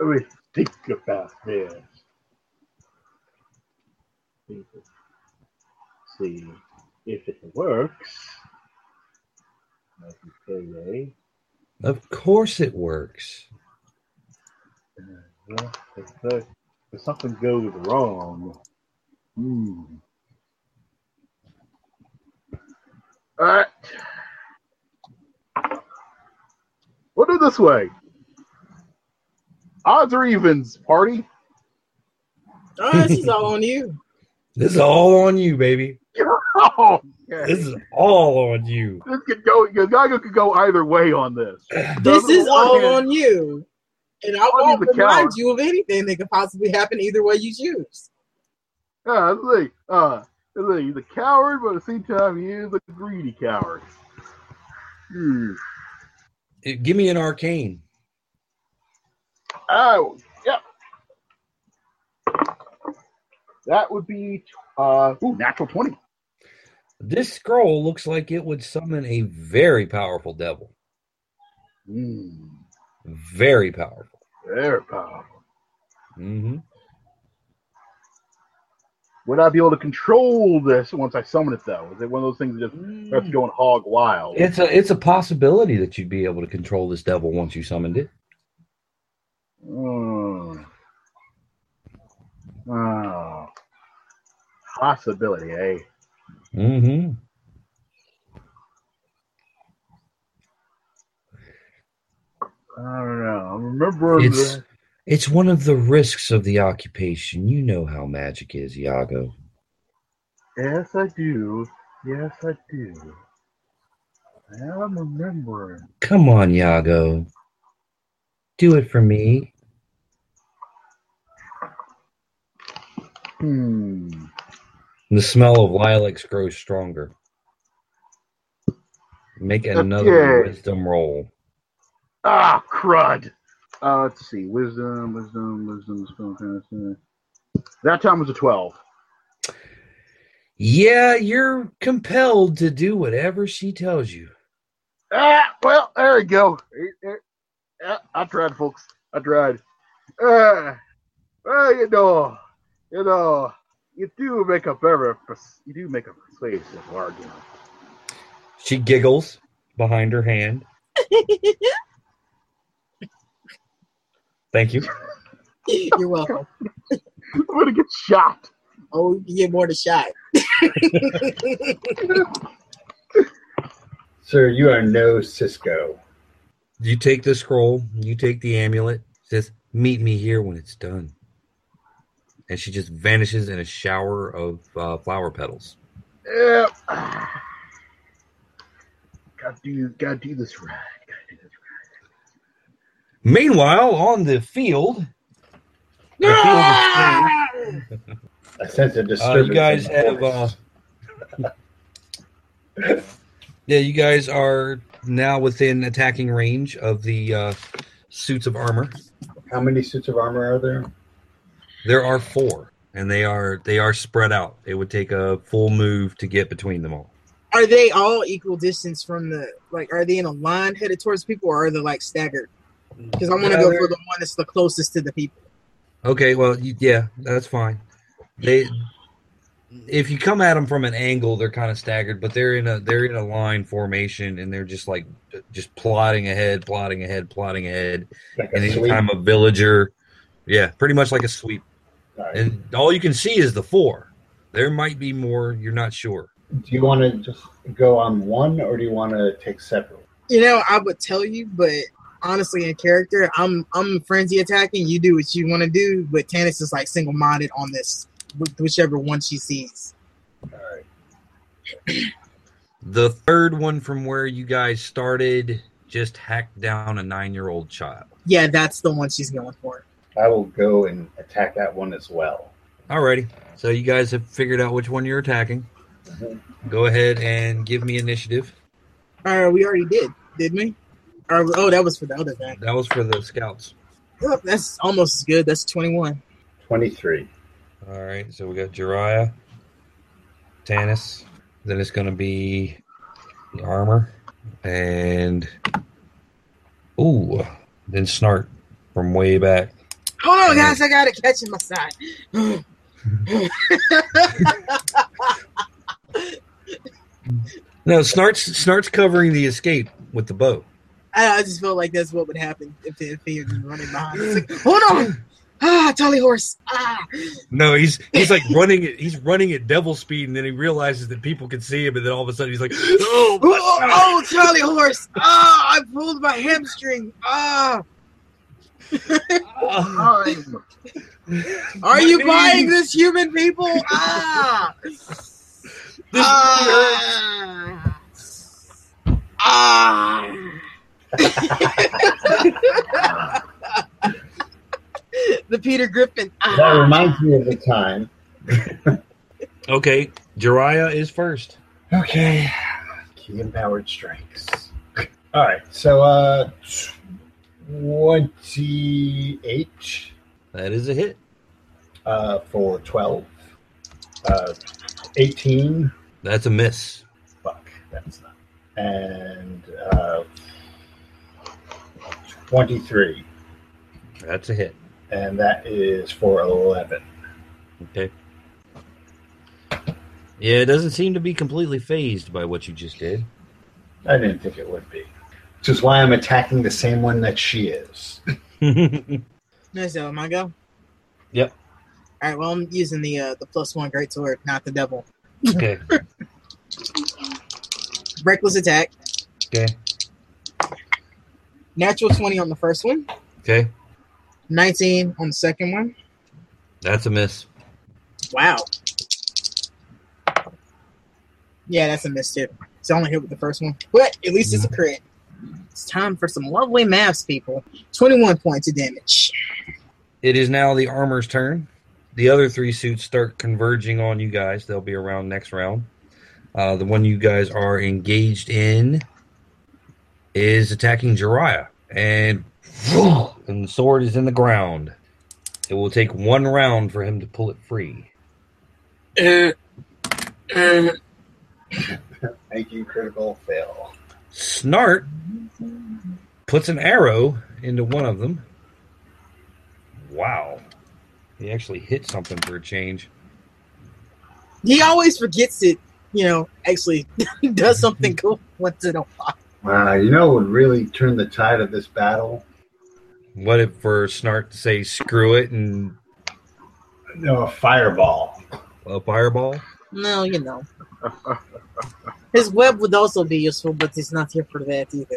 Speaker 3: Let me think about this. Think of- See if it works. I can say eh?
Speaker 1: Of course it works.
Speaker 3: Well, if, uh, if something goes wrong, hmm. All right. We'll do it this way. Odds or evens, party. <laughs>
Speaker 4: Oh, this is all on you.
Speaker 1: This is all on you, baby.
Speaker 3: Oh,
Speaker 1: This
Speaker 3: yeah.
Speaker 1: is all on you.
Speaker 3: This could go. Gagago could go either way on this.
Speaker 4: This
Speaker 3: On the one
Speaker 4: is all
Speaker 3: hand-
Speaker 4: on you. And I
Speaker 3: I'll
Speaker 4: won't
Speaker 3: be the
Speaker 4: remind
Speaker 3: coward.
Speaker 4: you of anything that could possibly happen either way you choose. <laughs>
Speaker 3: Yeah, that's the thing. Uh, that's the thing. He's a coward, but at the same time, he is a greedy coward. Hmm.
Speaker 1: Eh, Give me an arcane.
Speaker 3: Oh, yep. That would be uh, ooh, natural twenty.
Speaker 1: This scroll looks like it would summon a very powerful devil.
Speaker 3: Mm,
Speaker 1: Very powerful.
Speaker 3: very powerful.
Speaker 1: hmm
Speaker 3: Would I be able to control this once I summon it, though? Is it one of those things that just starts going hog wild?
Speaker 1: It's a it's a possibility that you'd be able to control this devil once you summoned it.
Speaker 3: Mm. Oh. Possibility, eh?
Speaker 1: Mm-hmm.
Speaker 3: I don't know. I remember
Speaker 1: It's-
Speaker 3: the-
Speaker 1: It's one of the risks of the occupation. You know how magic is, Iago.
Speaker 3: Yes, I do. Yes, I do. Now I'm remembering.
Speaker 1: Come on, Iago. Do it for me.
Speaker 3: Hmm.
Speaker 1: The smell of lilacs grows stronger. Make another
Speaker 3: Okay.
Speaker 1: wisdom roll.
Speaker 3: Ah, crud. Uh, let's see. Wisdom, wisdom, wisdom, spell casting. That time was a 12.
Speaker 1: Yeah, you're compelled to do whatever she tells you.
Speaker 3: Ah, well, there we go. Eh, eh, ah, I tried, folks. I tried. Uh, well, you know, you know, you do make a very, pers- you do make a persuasive argument.
Speaker 1: She giggles behind her hand. Thank you.
Speaker 4: You're welcome.
Speaker 3: I'm gonna get shot.
Speaker 4: Oh, you get more to shot.
Speaker 2: Sir, you are no Cisco.
Speaker 1: You take the scroll, you take the amulet, says, Meet me here when it's done. And she just vanishes in a shower of uh, flower petals.
Speaker 3: Yep. Ah. Gotta do, gotta do this right. Gotta do this
Speaker 1: Meanwhile, on the field, the field is clean.
Speaker 4: Ah!
Speaker 2: I sense a disturbance. in
Speaker 1: Uh, guys
Speaker 2: my
Speaker 1: have,
Speaker 2: voice.
Speaker 1: uh, <laughs> Yeah, you guys are now within attacking range of the uh, suits of armor.
Speaker 2: How many suits of armor are there?
Speaker 1: There are four, and they are they are spread out. It would take a full move to get between them all.
Speaker 4: <laughs> Are they all equal distance from the like? Are they in a line headed towards people, or are they like staggered? Because I want to
Speaker 1: Yeah,
Speaker 4: go
Speaker 1: they're-
Speaker 4: for the one that's the closest to the people.
Speaker 1: Okay, well, you, yeah, that's fine. They, if you come at them from an angle, they're kind of staggered, but they're in a they're in a line formation, and they're just like just plodding ahead, plodding ahead, plodding ahead.
Speaker 2: Like
Speaker 1: And
Speaker 2: a sweep?
Speaker 1: anytime a villager, yeah, pretty much like a sweep.
Speaker 2: All right.
Speaker 1: and all you can see is the four. There might be more. You're not sure.
Speaker 2: Do you want to just go on one, or do you want to take separate?
Speaker 4: You know, I would tell you, but honestly, in character, I'm I'm frenzy attacking. You do what you want to do, but Tannis is like single minded on this, wh- whichever one she sees.
Speaker 2: All right.
Speaker 1: The third one from where you guys started just hacked down a nine-year-old child.
Speaker 4: Yeah, that's the one she's going for.
Speaker 2: I will go and attack that one as well.
Speaker 1: Alrighty. So you guys have figured out which one you're attacking.
Speaker 2: Mhm.
Speaker 1: Go ahead and give me initiative.
Speaker 4: All right, Uh, we already did, didn't we? Or, oh, that was for the other thing.
Speaker 1: That was for the scouts.
Speaker 4: Oh, that's almost as good. That's twenty one.
Speaker 2: Twenty-three.
Speaker 1: All right. So we got Jariah, Tanis. Then it's going to be the armor and ooh, then Snart from way back.
Speaker 4: Oh, guys, I got to catch in my <sighs> side.
Speaker 1: No, Snart's Snart's covering the escape with the bow.
Speaker 4: I, I just feel like that's what would happen if the if he was running behind. It's like, hold on, ah, Tolly horse, ah.
Speaker 1: No, he's he's <laughs> like running it. He's running at devil speed, and then he realizes that people can see him, and then all of a sudden <gasps> he's like, "Oh, my
Speaker 4: Oh,
Speaker 1: God."
Speaker 4: oh, Charlie horse! Ah, I pulled my hamstring. Ah,
Speaker 3: Time.
Speaker 4: are you
Speaker 1: My
Speaker 4: buying
Speaker 1: knees.
Speaker 4: this, human people? Ah,
Speaker 1: This
Speaker 4: ah, ah. <laughs> the Peter Griffin.
Speaker 2: That
Speaker 4: Ah.
Speaker 2: reminds me of the time.
Speaker 1: Okay, Jiraiya is first.
Speaker 2: Okay. Key empowered strikes. All right. So, uh, 28
Speaker 1: That is a hit.
Speaker 2: uh, for 12. Uh, 18.
Speaker 1: That's a miss.
Speaker 2: Fuck. That's not. And uh, 23.
Speaker 1: That's a hit.
Speaker 2: And that is for 11.
Speaker 1: Okay. Yeah, it doesn't seem to be completely phased by what you just <laughs> did.
Speaker 2: I didn't think it would be. Which is why I'm attacking the same one that she is.
Speaker 4: No, so am I go?
Speaker 1: Yep.
Speaker 4: All right. Well, I'm using the uh, the plus one great sword, not the devil.
Speaker 1: okay.
Speaker 4: Reckless attack.
Speaker 1: Okay.
Speaker 4: Natural twenty on the first one.
Speaker 1: Okay.
Speaker 4: 19 on the second one.
Speaker 1: That's a miss.
Speaker 4: Wow. Yeah, that's a miss too. So I only hit with the first one. But at least it's a crit. It's time for some lovely maths, people. 21 points of damage.
Speaker 1: It is now the armor's turn. The other three suits start converging on you guys. They'll be around next round. Uh, the one you guys are engaged in is attacking Jiraiya, and <sniffs> and the sword is in the ground. It will take one round for him to pull it free.
Speaker 2: Making critical fail.
Speaker 1: Snart puts an arrow into one of them. Wow, he actually hit something for a change.
Speaker 4: He always forgets it, you know, actually <laughs> does something cool once in a while.
Speaker 2: Wow, Uh, you know what would really turn the tide of this battle?
Speaker 1: What if for Snart to say screw it and
Speaker 2: No, a fireball.
Speaker 1: a fireball?
Speaker 4: No, you know. His web would also be useful, but it's not here for that either.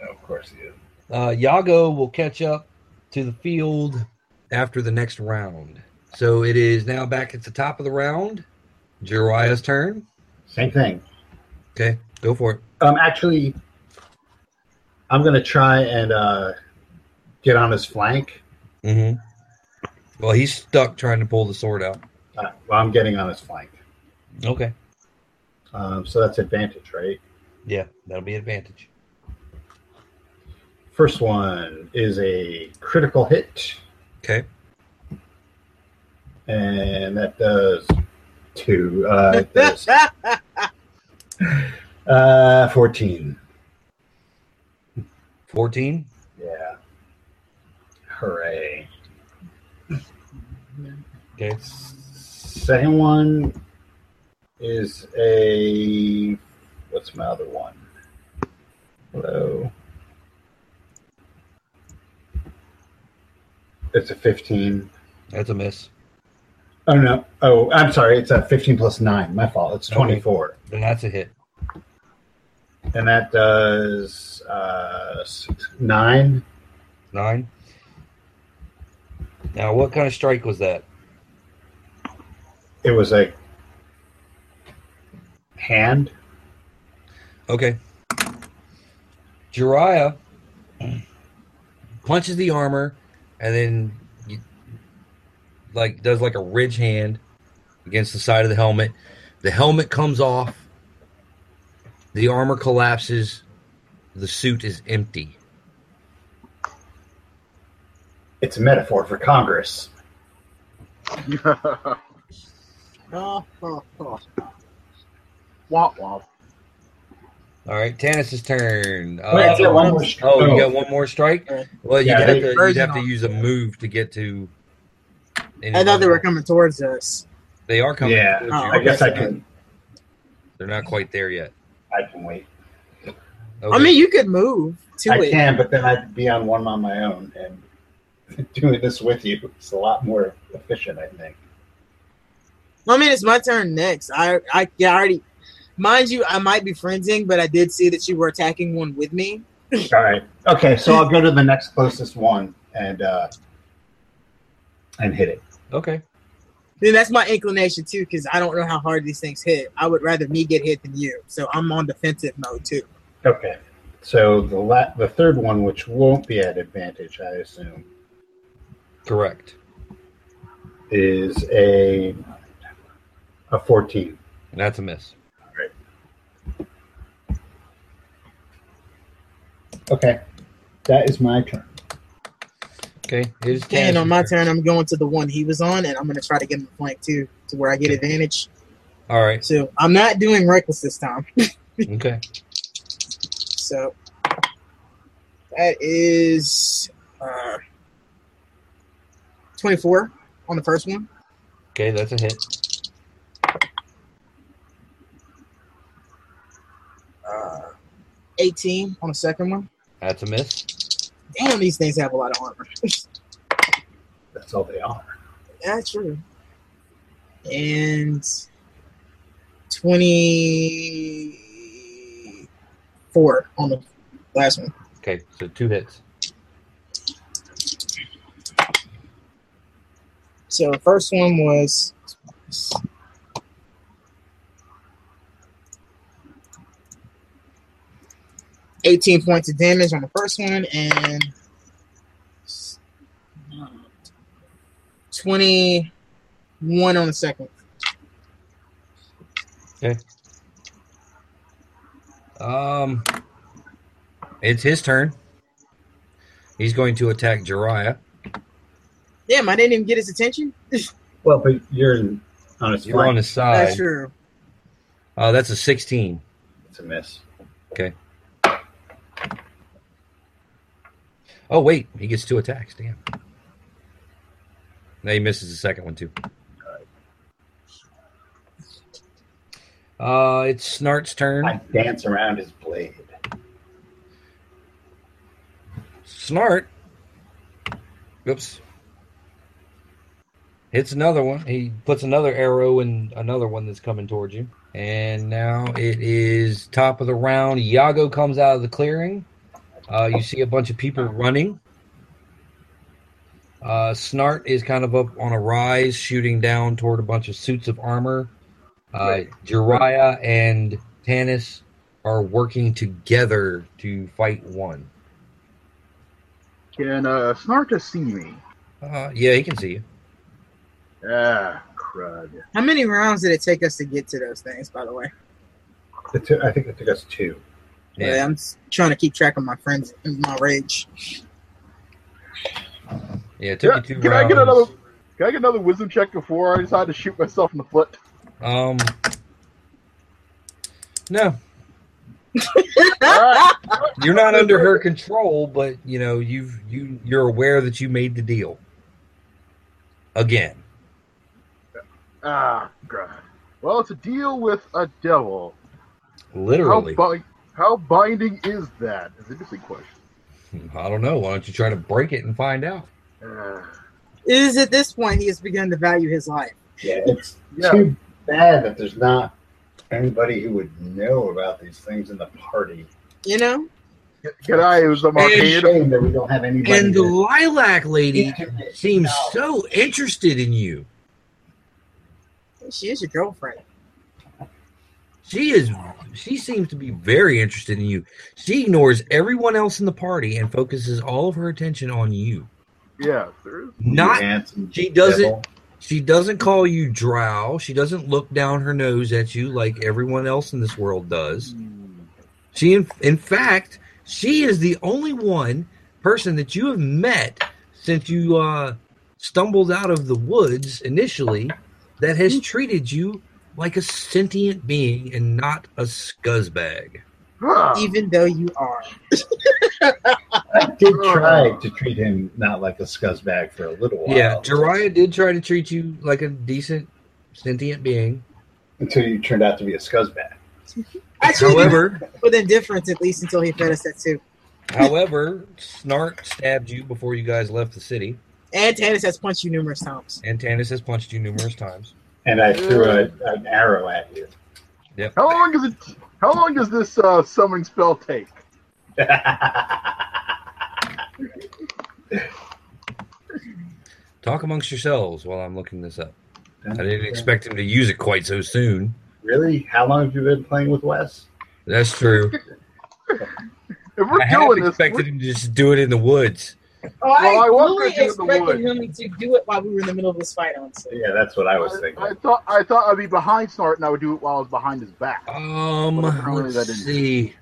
Speaker 2: No, of course he is.
Speaker 1: Uh, Yago will catch up to the field after the next round. So it is now back at the top of the round. Jiraiya's turn.
Speaker 2: Same thing.
Speaker 1: Okay, go for it.
Speaker 2: Um, actually, I'm gonna try and uh, get on his flank.
Speaker 1: Mm-hmm. Well, he's stuck trying to pull the sword out.
Speaker 2: Uh, well, I'm getting on his flank,
Speaker 1: Okay.
Speaker 2: um, so that's advantage, right?
Speaker 1: Yeah, that'll be advantage.
Speaker 2: First one is a critical hit,
Speaker 1: Okay.
Speaker 2: and that does two. Uh, it <laughs>
Speaker 4: <laughs>
Speaker 2: does, uh, Fourteen.
Speaker 1: 14.
Speaker 2: Yeah. Hooray.
Speaker 1: Okay.
Speaker 2: Second one is a what's my other one? Hello. It's a fifteen.
Speaker 1: That's a miss.
Speaker 2: Oh no. Oh, I'm sorry. It's a fifteen plus nine. My fault. It's
Speaker 1: Okay.
Speaker 2: twenty-four,
Speaker 1: Then that's a hit.
Speaker 2: and that does uh, six, nine.
Speaker 1: Nine. Now, what kind of strike was that?
Speaker 2: It was a hand.
Speaker 1: Okay. Jiraiya <clears throat> punches the armor and then you- like does like a ridge hand against the side of the helmet. The helmet comes off. The armor collapses. The suit is empty.
Speaker 2: It's a metaphor for Congress.
Speaker 3: <laughs> womp
Speaker 4: Oh, oh, oh.
Speaker 3: womp.
Speaker 1: All right, Tannis' turn.
Speaker 2: Wait, I got one
Speaker 1: oh,
Speaker 2: more
Speaker 1: you
Speaker 2: strike.
Speaker 1: got one more strike? Well, you'd,
Speaker 2: Yeah,
Speaker 1: have,
Speaker 2: they-
Speaker 1: to, you'd have to use a move to get to.
Speaker 4: I thought they were
Speaker 1: anybody.
Speaker 4: coming towards us.
Speaker 1: They are coming.
Speaker 2: Yeah,
Speaker 1: towards
Speaker 4: Oh,
Speaker 1: you.
Speaker 2: I guess I can.
Speaker 1: They're not quite there yet.
Speaker 2: I can wait.
Speaker 1: Okay.
Speaker 4: I mean, you could move to
Speaker 2: I
Speaker 4: it.
Speaker 2: can, but then I'd be on one on my own, and <laughs> doing this with you is a lot more efficient, I think.
Speaker 4: I mean, it's my turn next. I, I, yeah, I already. Mind you, I might be frenzying, but I did see that you were attacking one with me.
Speaker 2: All right. Okay, so I'll go to the next closest one and uh, and hit it.
Speaker 1: okay.
Speaker 4: Then that's my inclination too, because I don't know how hard these things hit. I would rather me get hit than you, so I'm on defensive mode too.
Speaker 2: Okay. So the la- the third one, which won't be at advantage, I assume,
Speaker 1: Correct.
Speaker 2: is a a fourteen.
Speaker 1: And that's a miss.
Speaker 2: Okay, that is my turn.
Speaker 1: Okay. It is
Speaker 4: And on my
Speaker 1: Taz's
Speaker 4: turn, I'm going to the one he was on, and I'm going to try to get him a flank too, to where I get advantage.
Speaker 1: All right.
Speaker 4: So I'm not doing reckless this time.
Speaker 1: Okay.
Speaker 4: So that is uh, 24 on the first one.
Speaker 1: Okay. That's a hit.
Speaker 4: Uh, 18 on the second one.
Speaker 1: That's a miss.
Speaker 4: Damn, these things have a lot of armor.
Speaker 2: That's all they are.
Speaker 4: That's true. And 24 on the last one.
Speaker 1: Okay. So two hits.
Speaker 4: So the first one was eighteen points of damage on the first one and twenty one on the second.
Speaker 1: Um, it's his turn. He's going to attack Jiraiya.
Speaker 4: Damn, I didn't even get his attention. <laughs>
Speaker 2: Well, but you're in, on his
Speaker 1: You're on
Speaker 2: flank.
Speaker 1: his
Speaker 4: That's
Speaker 1: side.
Speaker 4: true.
Speaker 1: Uh, that's a 16.
Speaker 2: It's a miss.
Speaker 1: Oh, wait. He gets two attacks. Damn. Now he misses the second one, too. Uh, it's Snart's
Speaker 2: I
Speaker 1: turn.
Speaker 2: dance around his blade.
Speaker 1: Snart. Oops. Hits another one. He puts another arrow in another one that's coming towards you. And now it is top of the round. Iago comes out of the clearing. Uh, you see a bunch of people running. Uh, Snart is kind of up on a rise, shooting down toward a bunch of suits of armor. Uh, Jiraiya and Tanis are working together to fight one.
Speaker 3: Can uh, Snarka see me?
Speaker 1: Uh, yeah, he can see you.
Speaker 3: Ah, crud.
Speaker 4: How many rounds did it take us to get to those things, by the way?
Speaker 2: The two, I think it took us two.
Speaker 1: Yeah.
Speaker 4: I'm s- trying to keep track of my friends and my rage.
Speaker 1: Yeah, it took
Speaker 3: Can, I,
Speaker 1: you two
Speaker 3: can I
Speaker 1: rounds.
Speaker 3: get another? Can I get another wisdom check before I decide to shoot myself in the foot?
Speaker 1: Um, no,
Speaker 3: All right.
Speaker 1: you're not under her control, but you know you've you you're aware that you made the deal. Again,
Speaker 3: <laughs> Ah, crud. Well, it's a deal with a devil. How,
Speaker 1: literally.
Speaker 3: bi- how binding is that? Is an interesting question.
Speaker 1: Hmm, I don't know. Why don't you try to break it and find out?
Speaker 3: Uh,
Speaker 4: It is at this point he has begun to value his life.
Speaker 2: Yeah, it's
Speaker 3: Yeah.
Speaker 2: too bad that there's not anybody who would know about these things in the party.
Speaker 4: You know?
Speaker 3: can I use the
Speaker 2: It's a
Speaker 3: arcade?
Speaker 2: shame that we don't have anybody.
Speaker 1: And the
Speaker 2: to-
Speaker 1: lilac lady seems
Speaker 2: No.
Speaker 1: so interested in you.
Speaker 4: She is your girlfriend.
Speaker 1: She is. She seems to be very interested in you. She ignores everyone else in the party and focuses all of her attention on you.
Speaker 3: Yeah, there is.
Speaker 1: Not
Speaker 2: handsome
Speaker 1: she doesn't-
Speaker 2: devil.
Speaker 1: She doesn't call you drow. She doesn't look down her nose at you like everyone else in this world does. She, in, in fact, she is the only one person that you have met since you uh, stumbled out of the woods initially that has treated you like a sentient being and not a scuzzbag.
Speaker 3: Huh.
Speaker 4: Even though you are.
Speaker 2: I did
Speaker 1: Oh.
Speaker 2: try to treat him not like a scuzzbag for a little while.
Speaker 1: Yeah, Jiraiya did try to treat you like a decent sentient being.
Speaker 2: Until you turned out to be a scuzzbag.
Speaker 4: Actually,
Speaker 1: However,
Speaker 4: with indifference at least until he fed us that too.
Speaker 1: however, Snark stabbed you before you guys left the city,
Speaker 4: And Tannis has punched you numerous times.
Speaker 1: and Tannis has punched you numerous times.
Speaker 2: And I threw a, an arrow
Speaker 1: <laughs>
Speaker 2: at you.
Speaker 1: Yep.
Speaker 3: How long does it? How long does this uh, summoning spell take?
Speaker 1: Talk amongst yourselves while I'm looking this up. I didn't expect him to use it quite so soon.
Speaker 2: <laughs> Really? How long have you been playing with Wes?
Speaker 1: That's true.
Speaker 3: If <laughs> we're
Speaker 1: I half
Speaker 3: doing this, we're-
Speaker 1: expected him to just do it in the woods.
Speaker 4: Oh,
Speaker 3: I Well, I was fully gonna do
Speaker 4: fully
Speaker 3: the expected
Speaker 4: expected him to do it while we were in the middle of this fight, honestly.
Speaker 2: Yeah, that's what I was
Speaker 3: I, I
Speaker 2: thinking.
Speaker 3: thought I thought I'd be behind Snart and I would do it while I was behind his back.
Speaker 1: Um,
Speaker 3: Well, apparently that
Speaker 1: let's
Speaker 3: didn't-
Speaker 1: see.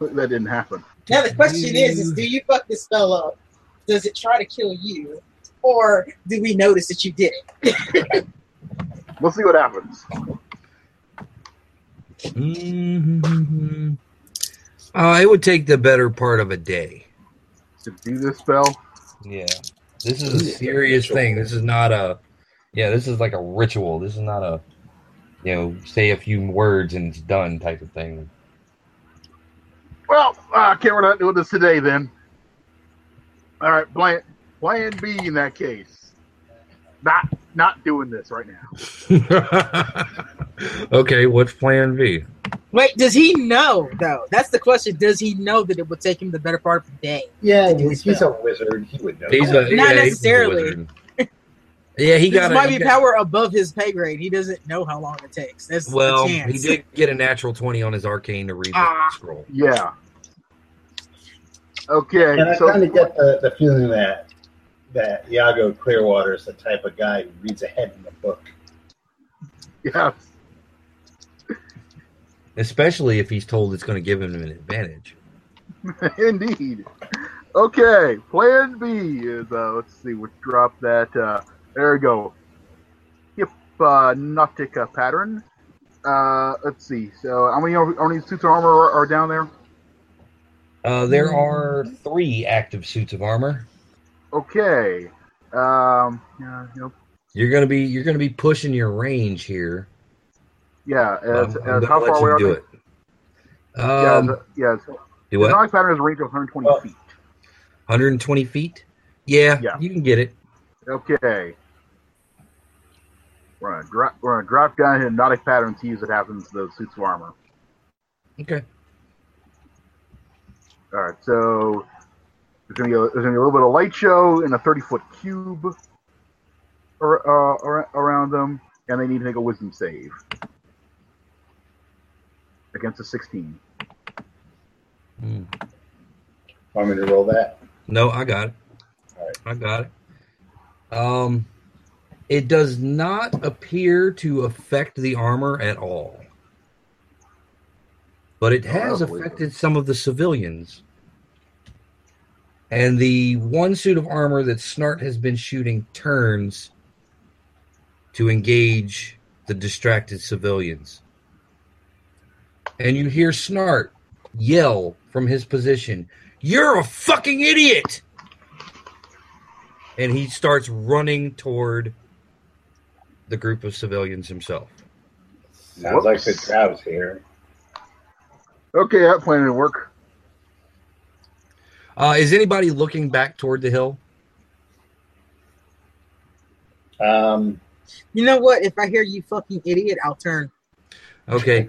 Speaker 3: But that didn't happen.
Speaker 4: Now the question is, is
Speaker 1: You-
Speaker 4: do you fuck this spell up? Does it try to kill you? Or do we notice that you did it?
Speaker 3: We'll see what happens.
Speaker 1: Mhm. Uh, it would take the better part of a day.
Speaker 3: To do this spell,
Speaker 1: Yeah. This is a serious thing. This is not a, yeah, this is like a ritual. This is not a, you know, say a few words and it's done type of thing.
Speaker 3: well, ah, okay, we're not doing this today then. All right, plan Plan B in that case. Not not doing this right now.
Speaker 1: <laughs> okay, what's plan B?
Speaker 4: Wait, does he know though? That's the question. Does he know that it would take him the better part of the day?
Speaker 2: Yeah,
Speaker 4: do
Speaker 2: he's,
Speaker 4: his
Speaker 2: he's a wizard. He would know.
Speaker 1: He's a, yeah, he's a
Speaker 4: necessarily.
Speaker 1: wizard. yeah, he
Speaker 4: this
Speaker 1: got a-
Speaker 4: might
Speaker 1: he
Speaker 4: be
Speaker 1: got-
Speaker 4: power above his pay grade. He doesn't know how long it takes. That's
Speaker 1: Well,
Speaker 4: the chance.
Speaker 1: he did get a natural 20 on his arcane to read the
Speaker 4: Ah.
Speaker 1: scroll.
Speaker 3: Yeah. Okay.
Speaker 2: and I
Speaker 3: so
Speaker 2: kind of get the, the feeling that that Iago Clearwater is the type of guy who reads ahead in the book.
Speaker 3: <laughs> yeah. <laughs>
Speaker 1: Especially if he's told it's going to give him an advantage.
Speaker 3: Indeed. Okay, plan B is uh, let's see, we drop that. Uh, there we go. Hypnotica pattern. Uh, let's see. So how many how many suits of armor are, are down there?
Speaker 1: Uh, there
Speaker 4: Mm.
Speaker 1: are three active suits of armor.
Speaker 3: Okay. Um. Yeah. Nope.
Speaker 1: You're gonna be you're gonna be pushing your range here.
Speaker 3: Yeah. As,
Speaker 1: I'm- I'm
Speaker 3: as,
Speaker 1: gonna
Speaker 3: how
Speaker 1: let
Speaker 3: far
Speaker 1: you
Speaker 3: away are
Speaker 1: do
Speaker 3: they?
Speaker 1: it.
Speaker 3: Yeah.
Speaker 1: Um,
Speaker 3: the- yeah. So
Speaker 1: do what?
Speaker 3: hypnotic pattern has a range of 120
Speaker 2: Well-
Speaker 3: feet.
Speaker 1: 120 feet. Yeah,
Speaker 3: Yeah.
Speaker 1: you can get it.
Speaker 3: Okay. We're gonna drop. We're gonna drop down hypnotic pattern to use what happens to those suits of armor.
Speaker 1: Okay.
Speaker 3: All right, so there's gonna be a, there's gonna be a little bit of light show in a 30 foot cube, or, uh, ar- around them, and they need to make a wisdom save against a 16.
Speaker 1: Hmm.
Speaker 2: Want me to roll that?
Speaker 1: No, I got it.
Speaker 2: All right.
Speaker 1: I got it. Um, it does not appear to affect the armor at all, but it
Speaker 3: Oh,
Speaker 1: has
Speaker 3: that's weird.
Speaker 1: affected some of the civilians. And the one suit of armor that Snart has been shooting turns to engage the distracted civilians. And you hear Snart yell from his position, You're a fucking idiot! And he starts running toward the group of civilians himself.
Speaker 2: Sounds like the
Speaker 3: Whoops.
Speaker 2: drow's here.
Speaker 3: Okay, that plan didn't work.
Speaker 1: Uh, is anybody looking back toward the hill?
Speaker 2: Um,
Speaker 4: You know what? If I hear you fucking idiot, I'll turn.
Speaker 1: Okay.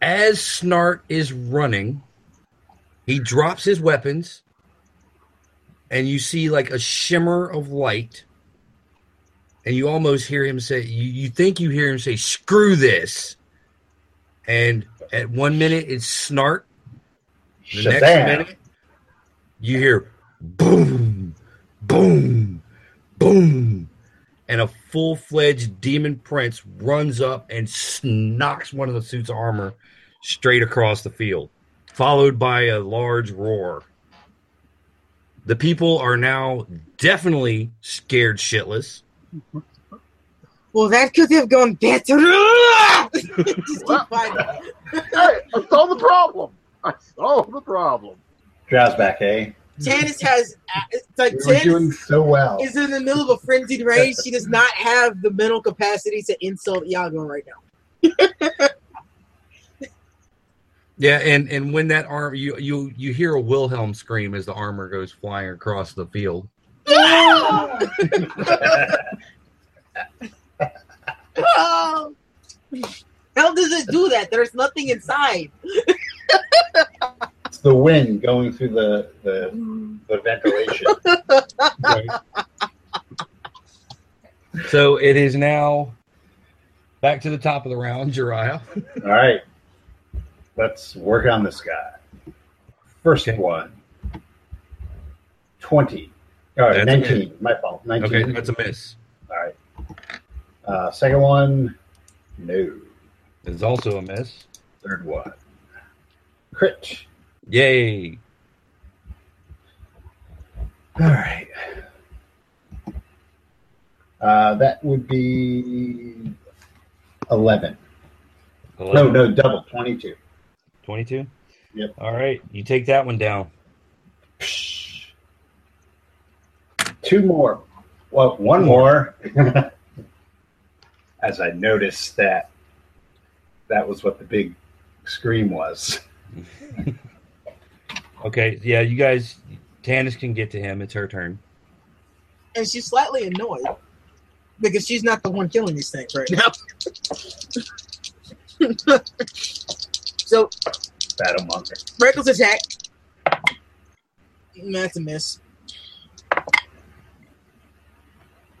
Speaker 1: As Snart is running, he drops his weapons, and you see like a shimmer of light, and you almost hear him say, you, you think you hear him say, screw this. And at one minute, it's Snart. The
Speaker 2: Shazam.
Speaker 1: next minute, you hear boom, boom, boom, and a full fledged demon prince runs up and s- knocks one of the suit's armor straight across the field, followed by a large roar. The people are now definitely scared shitless.
Speaker 4: Well, that could have gone better. <laughs> Just keep fighting.
Speaker 3: Hey, I solved the problem. I solved the problem.
Speaker 2: drow's back, eh?
Speaker 4: Tannis has it's like
Speaker 2: We were doing
Speaker 4: Tannis
Speaker 2: so well.
Speaker 4: is in the middle of a frenzied rage. She does not have the mental capacity to insult Iago right now.
Speaker 1: Yeah, and and when that arm you you you hear a Wilhelm scream as the armor goes flying across the field.
Speaker 4: Oh! <laughs> How does it do that? There's nothing inside.
Speaker 2: It's the wind going through the the, the ventilation.
Speaker 1: So it is now back to the top of the round, Jiraiya.
Speaker 2: All right, let's work on this guy. First
Speaker 1: Okay.
Speaker 2: one. Twenty. All right,
Speaker 1: That's
Speaker 2: nineteen. My fault. Nineteen.
Speaker 1: Okay, that's a miss.
Speaker 2: All right. Uh, second one. No.
Speaker 1: It's also a miss.
Speaker 2: Third one. Crit.
Speaker 1: Yay.
Speaker 2: All right. Uh, that would be 11. No, no, double, 22.
Speaker 1: 22?
Speaker 2: Yep.
Speaker 1: All right. You take that one down.
Speaker 2: Psh. Two more. Well, one more. <laughs> As I noticed that that was what the big scream was.
Speaker 1: Okay. Yeah, you guys, Tanis can get to him. It's her turn.
Speaker 4: And she's slightly annoyed because she's not the one killing these things right now. <laughs> so,
Speaker 2: Battle monk.
Speaker 4: Freckles attack. Mm, That's a miss.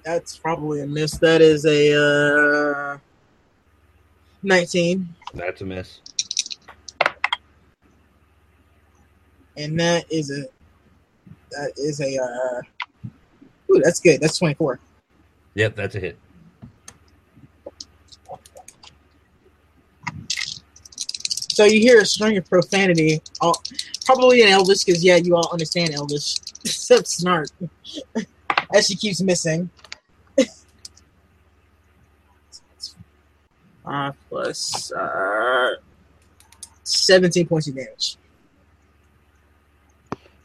Speaker 4: That's probably a miss. That is a uh, 19.
Speaker 1: That's a miss.
Speaker 4: and that is a that is a uh ooh that's good that's 24
Speaker 1: Yep, that's a hit.
Speaker 4: so you hear a string of profanity all, probably in elvish because yeah you all understand elvish <laughs> except snark <laughs> as she keeps missing uh, plus uh, 17 points of damage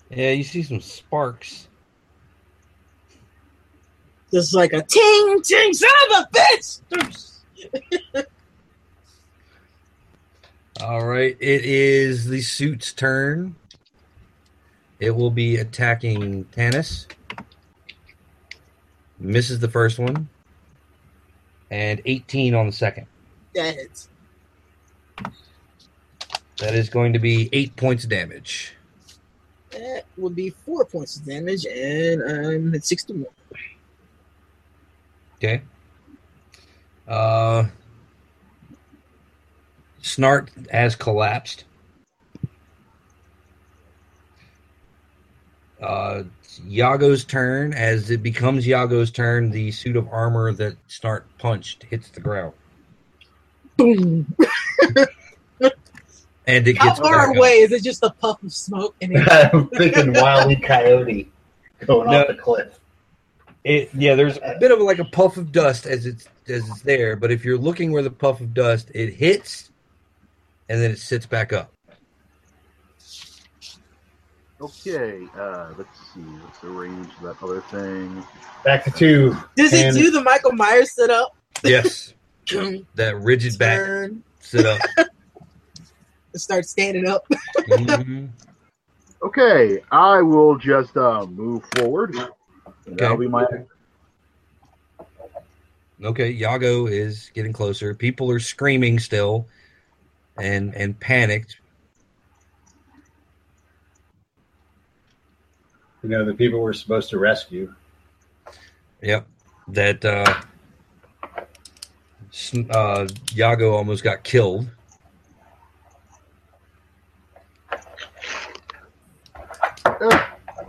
Speaker 1: Yeah, you see some sparks.
Speaker 4: just like a ting ting son of a bitch
Speaker 1: All right. It is the suit's turn. It will be attacking Tanis. Misses the first one. And 18 on the second.
Speaker 4: that hits
Speaker 1: That is going to be eight points of damage.
Speaker 4: That would be four points of damage, and um, I'm at 61.
Speaker 1: Okay. Uh, Snark has collapsed. Uh, it's Yago's turn. As it becomes Yago's turn, the suit of armor that Snark punched hits the ground,
Speaker 4: Boom!
Speaker 1: and it
Speaker 4: How
Speaker 1: gets
Speaker 4: far
Speaker 1: back up.
Speaker 4: away is it? Just a puff of smoke, and it,
Speaker 2: <laughs> I'm thinking Wily Coyote going
Speaker 1: No.
Speaker 2: off the cliff.
Speaker 1: It, yeah, there's a bit of like a puff of dust as it's as it's there. But if you're looking where the puff of dust, it hits, and then it sits back
Speaker 4: <laughs>
Speaker 1: up.
Speaker 3: Okay, uh, let's see. Let's arrange that other thing.
Speaker 2: Back to two.
Speaker 4: does
Speaker 2: And-
Speaker 4: it do the Michael Myers sit <clears throat> up?
Speaker 1: Yes, that rigid back
Speaker 4: Turn,
Speaker 1: sit up.
Speaker 4: start standing up. <laughs>
Speaker 1: Mhm.
Speaker 3: Okay, I will just uh, move forward. That'll be my.
Speaker 1: Okay, Yago is getting closer. People are screaming still and and panicked.
Speaker 2: You know, the people we're supposed to rescue.
Speaker 1: Yep. That uh, Sn- uh Yago almost got killed.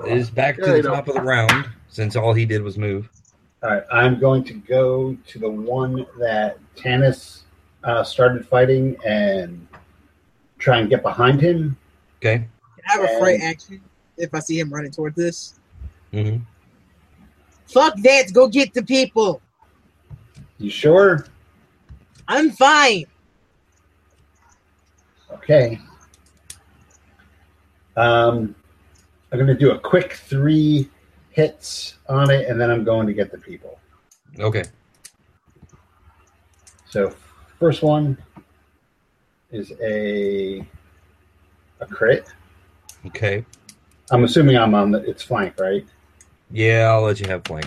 Speaker 1: Is back to
Speaker 3: Yeah,
Speaker 1: the
Speaker 3: you know.
Speaker 1: top of the round since all he did was move.
Speaker 2: All right, I'm going to go to the one that Tanis uh, started fighting and try and get behind him.
Speaker 1: Okay.
Speaker 4: I have a fright
Speaker 2: And-
Speaker 4: action if I see him running toward this.
Speaker 1: hmm
Speaker 4: Fuck that! Go get the people.
Speaker 2: You sure?
Speaker 4: I'm fine.
Speaker 2: Okay. Um, I'm going to do a quick three hits on it, and then I'm going to get the people.
Speaker 1: Okay.
Speaker 2: So, first one is a a crit.
Speaker 1: Okay.
Speaker 2: I'm assuming I'm on the, its flank, right?
Speaker 1: Yeah, I'll let you have flank.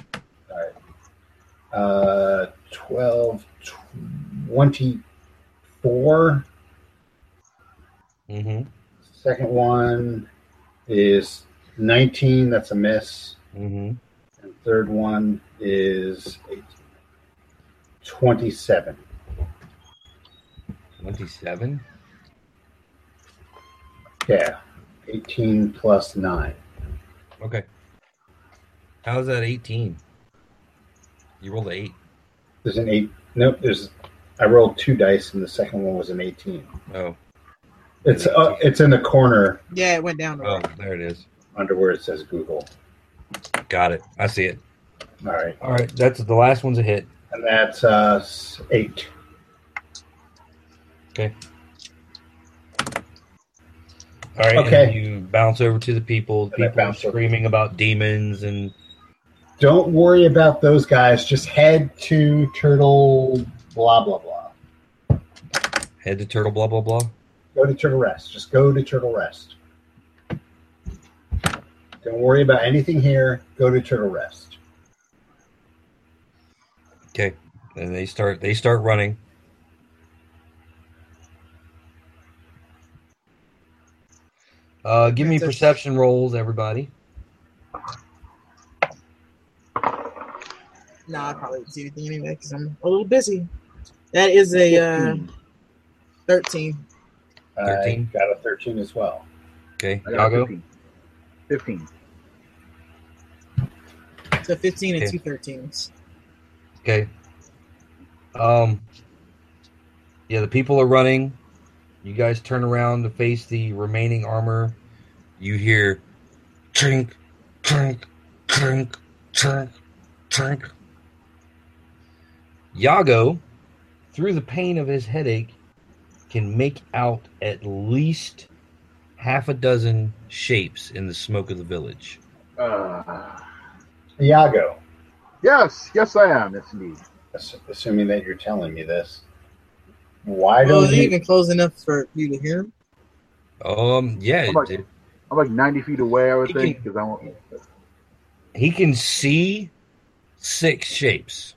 Speaker 2: Uh, 12, 24.
Speaker 1: Mm-hmm.
Speaker 2: Second one is 19. That's a miss.
Speaker 1: Mm-hmm.
Speaker 2: And third one is 18. 27.
Speaker 1: 27?
Speaker 2: Yeah. 18 plus 9.
Speaker 1: Okay. How's that 18? You rolled an 8.
Speaker 2: There's an 8. Nope, there's. I rolled two dice, and the second one was an 18.
Speaker 1: Oh,
Speaker 2: It's uh, it's in the corner
Speaker 4: Yeah, it went down the
Speaker 1: oh,
Speaker 4: road.
Speaker 1: there it is.
Speaker 2: under where it says Google.
Speaker 1: Got it. I see it.
Speaker 2: All right,
Speaker 1: All right. That's the last one's a hit.
Speaker 2: and that's uh, s- eight.
Speaker 1: All right.
Speaker 2: Okay.
Speaker 1: And you bounce over to the people.
Speaker 2: I
Speaker 1: People are
Speaker 2: bounce over.
Speaker 1: screaming about demons and
Speaker 2: Don't worry about those guys. Just head to Turtle. Blah blah blah.
Speaker 1: head to turtle, blah, blah, blah.
Speaker 2: Go to Turtle Rest. Just go to Turtle Rest. Don't worry about anything here. Go to Turtle Rest.
Speaker 1: Okay. And they start they start running. Uh, give me
Speaker 4: That's a-
Speaker 1: perception rolls, everybody.
Speaker 4: No, I probably didn't see anything anyway because I'm a little busy. That is a uh, 13.
Speaker 1: Thirteen.
Speaker 2: I got a thirteen as well.
Speaker 1: Okay,
Speaker 3: I got
Speaker 1: Yago.
Speaker 3: 15. 15.
Speaker 4: So 15 and
Speaker 1: Yeah.
Speaker 4: two 13s.
Speaker 1: Okay. Um. Yeah, the people are running. You guys turn around to face the remaining armor. You hear, trink, trink, trink, trink, trink. Yago, through the pain of his headache, can make out at least half a dozen shapes in the smoke of the village.
Speaker 3: Uh,
Speaker 2: Iago,
Speaker 3: yes, yes, I am. Yes, indeed.
Speaker 2: ass- assuming that you're telling me this, why
Speaker 4: Well,
Speaker 2: don't
Speaker 4: is it
Speaker 2: you?
Speaker 4: even close enough for you to hear him?
Speaker 1: Um. Yeah.
Speaker 3: How much?
Speaker 1: it-
Speaker 3: I'm like 90 feet away, I would
Speaker 1: He
Speaker 3: think,
Speaker 1: can-
Speaker 3: because I want.
Speaker 1: he can see six shapes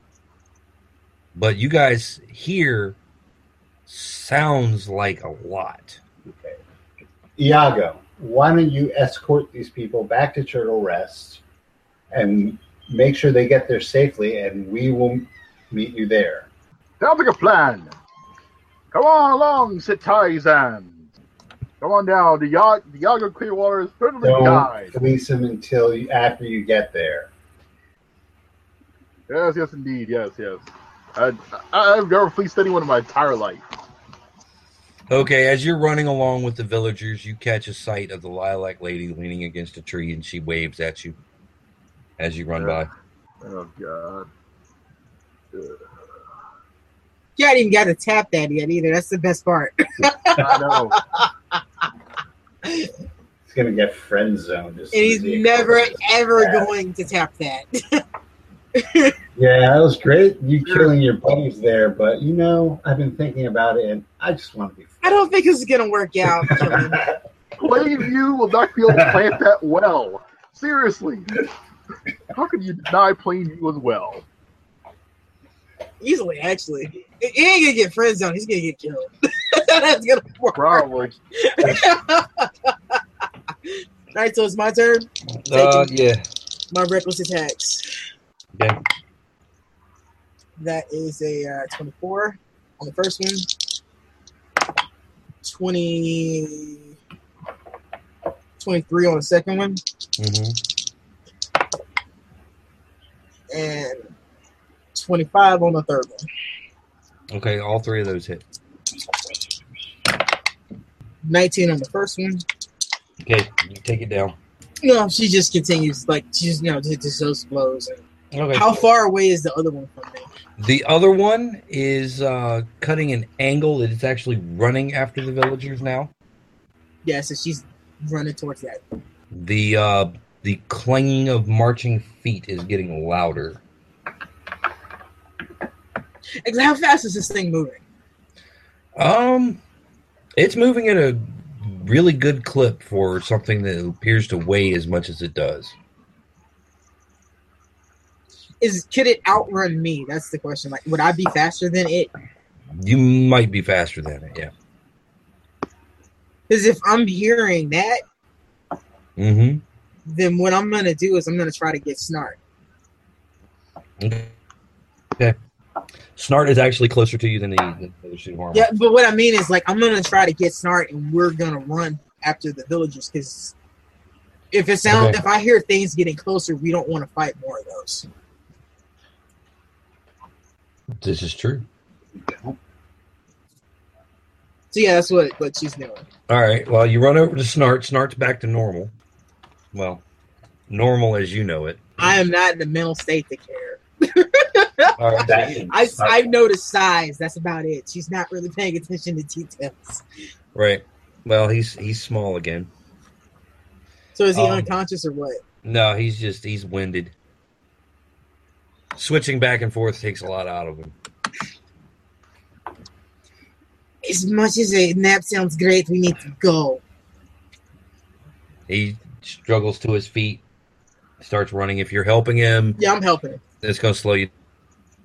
Speaker 1: but you guys hear sounds like a lot
Speaker 2: Iago, why don't you escort these people back to Turtle Rest and make sure they get there safely, and we will meet you there.
Speaker 3: Sounds like a plan. Come on along, Sitaizan. Come on down. The, ya- the Yago Clearwater is totally
Speaker 2: Don't
Speaker 3: died.
Speaker 2: police them until you, after you get there.
Speaker 3: Yes, yes, indeed. Yes, yes. I, I, I've never fleeced anyone in my entire life.
Speaker 1: okay as you're running along with the villagers you catch a sight of the lilac lady leaning against a tree and she waves at you as you run by
Speaker 3: Oh, God.
Speaker 4: You hadn't even got to tap that yet either. That's the best part. <laughs>
Speaker 3: I know.
Speaker 2: He's gonna get friend zoned. as
Speaker 4: And
Speaker 2: soon
Speaker 4: he's
Speaker 2: as he
Speaker 4: never,
Speaker 2: approaches.
Speaker 4: ever
Speaker 2: Yeah.
Speaker 4: going to tap that. <laughs>
Speaker 2: Yeah, that was great. You killing your buddies there, but you know, I've been thinking about it, and I just want to be.
Speaker 4: I don't think it's going to work
Speaker 1: <laughs>
Speaker 4: out. Killian.
Speaker 3: Plainview will not be able to plant that well. Seriously. How can you deny Plainview as well?
Speaker 4: Easily, actually. He ain't going to get friend zone. He's going to get killed. <laughs> That's going to work.
Speaker 3: Probably.
Speaker 4: All right, so it's my turn.
Speaker 1: uh, yeah
Speaker 4: My reckless attacks.
Speaker 1: okay.
Speaker 4: That is a uh, 24 on the first one. 20, 23 on the second one.
Speaker 1: Mhm.
Speaker 4: And 25 on the third one.
Speaker 1: okay all three of those hit
Speaker 4: 19 on the first one.
Speaker 1: okay you take it down
Speaker 4: No, she just continues. Like, she just, you know, just, just those blows.
Speaker 1: okay
Speaker 4: How far away is the other one from me?
Speaker 1: the other one is uh, cutting an angle that it's actually running after the villagers now
Speaker 4: Yeah, so she's running towards that.
Speaker 1: The uh the clanging of marching feet is getting louder.
Speaker 4: Ex- How fast is this thing moving?
Speaker 1: Um it's moving at a really good clip for something that appears to weigh as much as it does.
Speaker 4: Is could it outrun me? That's the question. Like, would I be faster than it?
Speaker 1: You might be faster than it, yeah.
Speaker 4: Because if I'm hearing that,
Speaker 1: Mm-hmm.
Speaker 4: then what I'm gonna do is I'm gonna try to get snark.
Speaker 1: Snart is actually closer to you than the, than the other Sudharma.
Speaker 4: Yeah, but what I mean is like I'm gonna try to get snark, and we're gonna run after the villagers because if it sounds
Speaker 1: Okay.
Speaker 4: if I hear things getting closer, we don't want to fight more of those.
Speaker 1: This is true.
Speaker 4: So yeah, that's what what she's doing.
Speaker 1: All right. Well, you run over to Snart. Snart's back to normal. Well, normal as you know it.
Speaker 4: I am not in the mental state to care.
Speaker 1: All right.
Speaker 2: That-
Speaker 4: I I've noticed size. That's about it. She's not really paying attention to details.
Speaker 1: Right. Well, he's he's small again.
Speaker 4: So is he
Speaker 1: Um,
Speaker 4: unconscious or what?
Speaker 1: No, he's just he's winded. Switching back and forth takes a lot out of him.
Speaker 4: As much as a nap sounds great, we need to go.
Speaker 1: He struggles to his feet, starts running. If you're helping him,
Speaker 4: Yeah, I'm helping. him.
Speaker 1: it's going to slow you.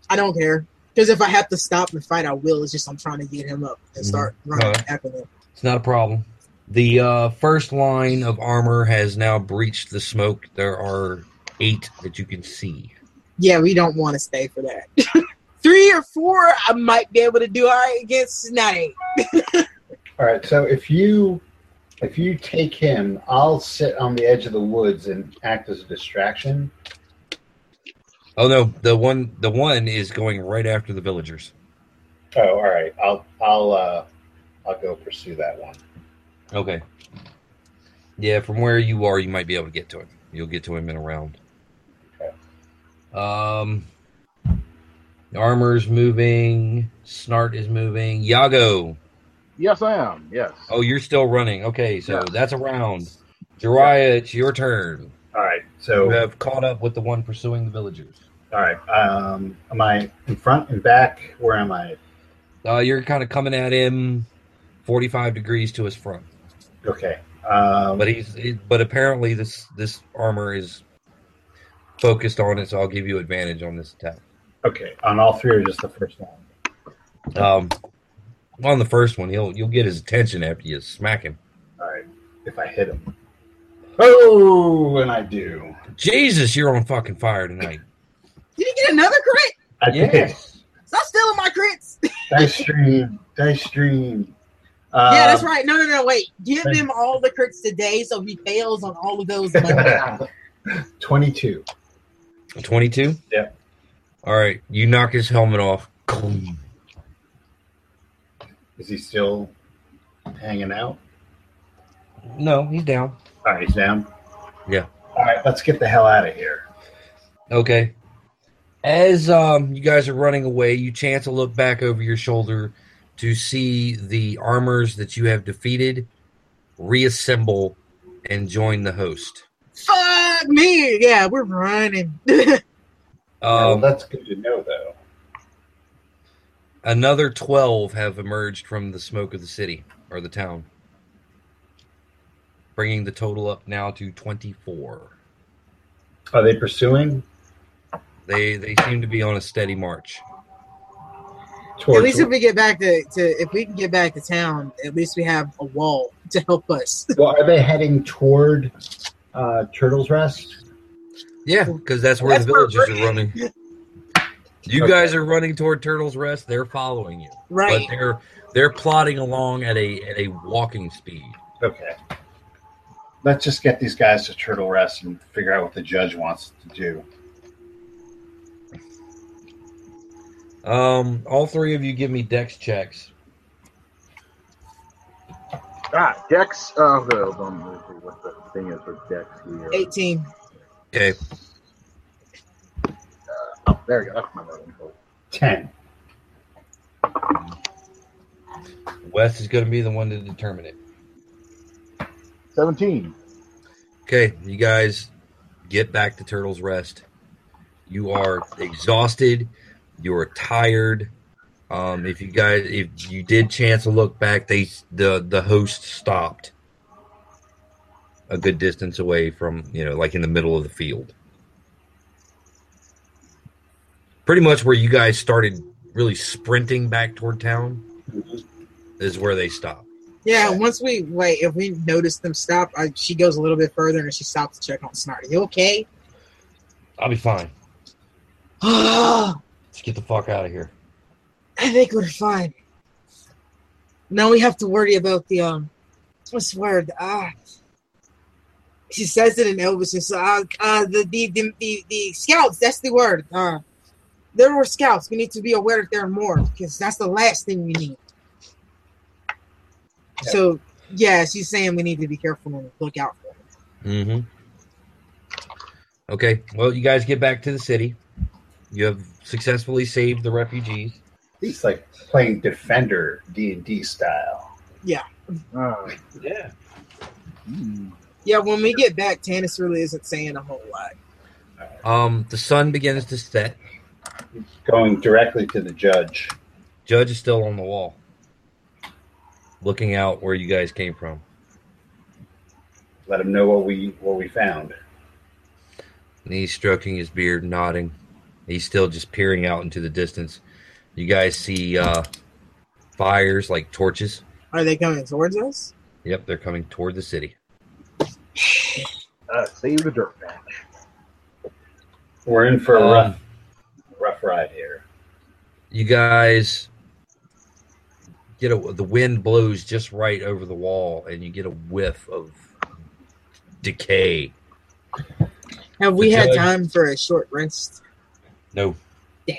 Speaker 4: I don't care because if I have to stop and fight, I will. It's just I'm trying to get him up and
Speaker 1: Mhm.
Speaker 4: start running
Speaker 1: Alright.
Speaker 4: after him.
Speaker 1: It's not a problem. The uh, first line of armor has now breached the smoke. There are eight that you can see.
Speaker 4: Yeah, we don't want to stay for that. <laughs> Three or four, I might be able to do all right against not eight.
Speaker 2: All right. So if you if you take him, I'll sit on the edge of the woods and act as a distraction.
Speaker 1: Oh no, the one the one is going right after the villagers.
Speaker 2: Oh, all right. I'll I'll uh, I'll go pursue that one.
Speaker 1: Okay. Yeah, from where you are, you might be able to get to him. You'll get to him in a round. Um, the armor's moving. Snart is moving. Yago.
Speaker 3: Yes, I am. Yes.
Speaker 1: Oh, you're still running. Okay, so
Speaker 3: Yeah.
Speaker 1: that's a round. Jiraiya, it's your turn.
Speaker 2: All right.
Speaker 1: You
Speaker 2: So
Speaker 1: have caught up with the one pursuing the villagers.
Speaker 2: all right. Um, am I in front and back? Where am I?
Speaker 1: Uh, you're kind of coming at him 45 degrees to his front.
Speaker 2: Okay. Um,
Speaker 1: But he's it, but apparently this this armor is focused on it, so I'll give you advantage on this attack.
Speaker 2: okay. On all three or just the first one?
Speaker 1: Um, on the first one, he'll you'll get his attention after you smack him.
Speaker 2: All right. If I hit him. Oh, and I do.
Speaker 1: Jesus, you're on fucking fire tonight.
Speaker 4: Did he get another crit?
Speaker 2: I did.
Speaker 1: Yes.
Speaker 4: Stop stealing my crits.
Speaker 2: Dice stream. Dice stream. Uh,
Speaker 4: yeah, that's right. No, no, no. Wait, give him all the crits today, so he fails on all of those. Monday.
Speaker 2: <laughs> 22.
Speaker 1: Twenty-two.
Speaker 2: Yeah.
Speaker 1: All right, you knock his helmet off.
Speaker 2: Is he still hanging out?
Speaker 1: No, he's down.
Speaker 2: All right, he's down.
Speaker 1: Yeah.
Speaker 2: All right, let's get the hell out of here.
Speaker 1: Okay. As um, you guys are running away, you chance to look back over your shoulder to see the armors that you have defeated reassemble and join the host.
Speaker 4: Fuck me. Yeah, we're running. <laughs>
Speaker 2: well,
Speaker 1: Um,
Speaker 2: that's good to know, though.
Speaker 1: another 12 have emerged from the smoke of the city or the town bringing the total up now to 24
Speaker 2: Are they pursuing
Speaker 1: they they seem to be on a steady march
Speaker 4: at
Speaker 2: towards?
Speaker 4: least if we get back to, to if we can get back to town, at least we have a wall <laughs> to help us.
Speaker 2: well, are they heading toward uh, Turtle's Rest?
Speaker 1: yeah because that's where
Speaker 4: That's
Speaker 1: the
Speaker 4: where
Speaker 1: villagers
Speaker 4: we're-
Speaker 1: are running <laughs> you
Speaker 2: Okay.
Speaker 1: guys are running toward turtle's rest they're following you but
Speaker 4: Right.
Speaker 1: they're they're plodding along at a at a walking speed
Speaker 2: Okay. Let's just get these guys to Turtle Rest and figure out what the judge wants to do.
Speaker 1: um all three of you give me dex checks
Speaker 3: Ah, Dex. Uh, the, um, what the thing is with Dex here?
Speaker 4: Eighteen.
Speaker 1: okay
Speaker 3: Oh, there you go. That's my level.
Speaker 2: 10.
Speaker 1: wes is going to be the one to determine it
Speaker 3: Seventeen.
Speaker 1: Okay, you guys get back to Turtle's Rest. You are exhausted. You're tired. Um, if you guys, if you did chance to look back, they the the host stopped a good distance away from, you know, like in the middle of the field. Pretty much where you guys started really sprinting back toward town is where they stop.
Speaker 4: Yeah, once we wait, if we notice them stop, I, she goes a little bit further and she stops to check on Snart. Are you okay? <gasps>
Speaker 1: I'll be fine.
Speaker 4: Ah,
Speaker 1: Let's get the fuck out of here.
Speaker 4: I think we're fine. Now we have to worry about the um, what's the word? Ah, she says it in Elvis. It's uh, uh the, the the the the scouts. That's the word. Uh, there were scouts. We need to be aware that there are more because that's the last thing we need. So yeah, she's saying we need to be careful and look out for. Them.
Speaker 1: Mm-hmm. Okay. Well, you guys get back to the city. You have successfully saved the refugees.
Speaker 2: He's like playing Defender D and D style.
Speaker 3: Ah,
Speaker 1: Yeah.
Speaker 3: hmm.
Speaker 4: Yeah, when we get back, Tannis really isn't saying a whole lot.
Speaker 1: Um, the sun begins to set.
Speaker 2: Going directly to the judge.
Speaker 1: Judge is still on the wall, looking out where you guys came from.
Speaker 2: Let him know what we what we found.
Speaker 1: And he's stroking his beard, nodding. He's still just peering out into the distance. You guys see uh, fires like torches.
Speaker 4: Are they coming towards us?
Speaker 1: Yep, they're coming toward the city.
Speaker 3: Ah, save the dirt man.
Speaker 2: We're in for a
Speaker 1: Um,
Speaker 2: rough rough ride here.
Speaker 1: you guys get a the wind blows just right over the wall and you get a whiff of decay
Speaker 4: Have we
Speaker 1: The
Speaker 4: had
Speaker 1: judge-
Speaker 4: time for a short rest?
Speaker 1: no
Speaker 4: Damn.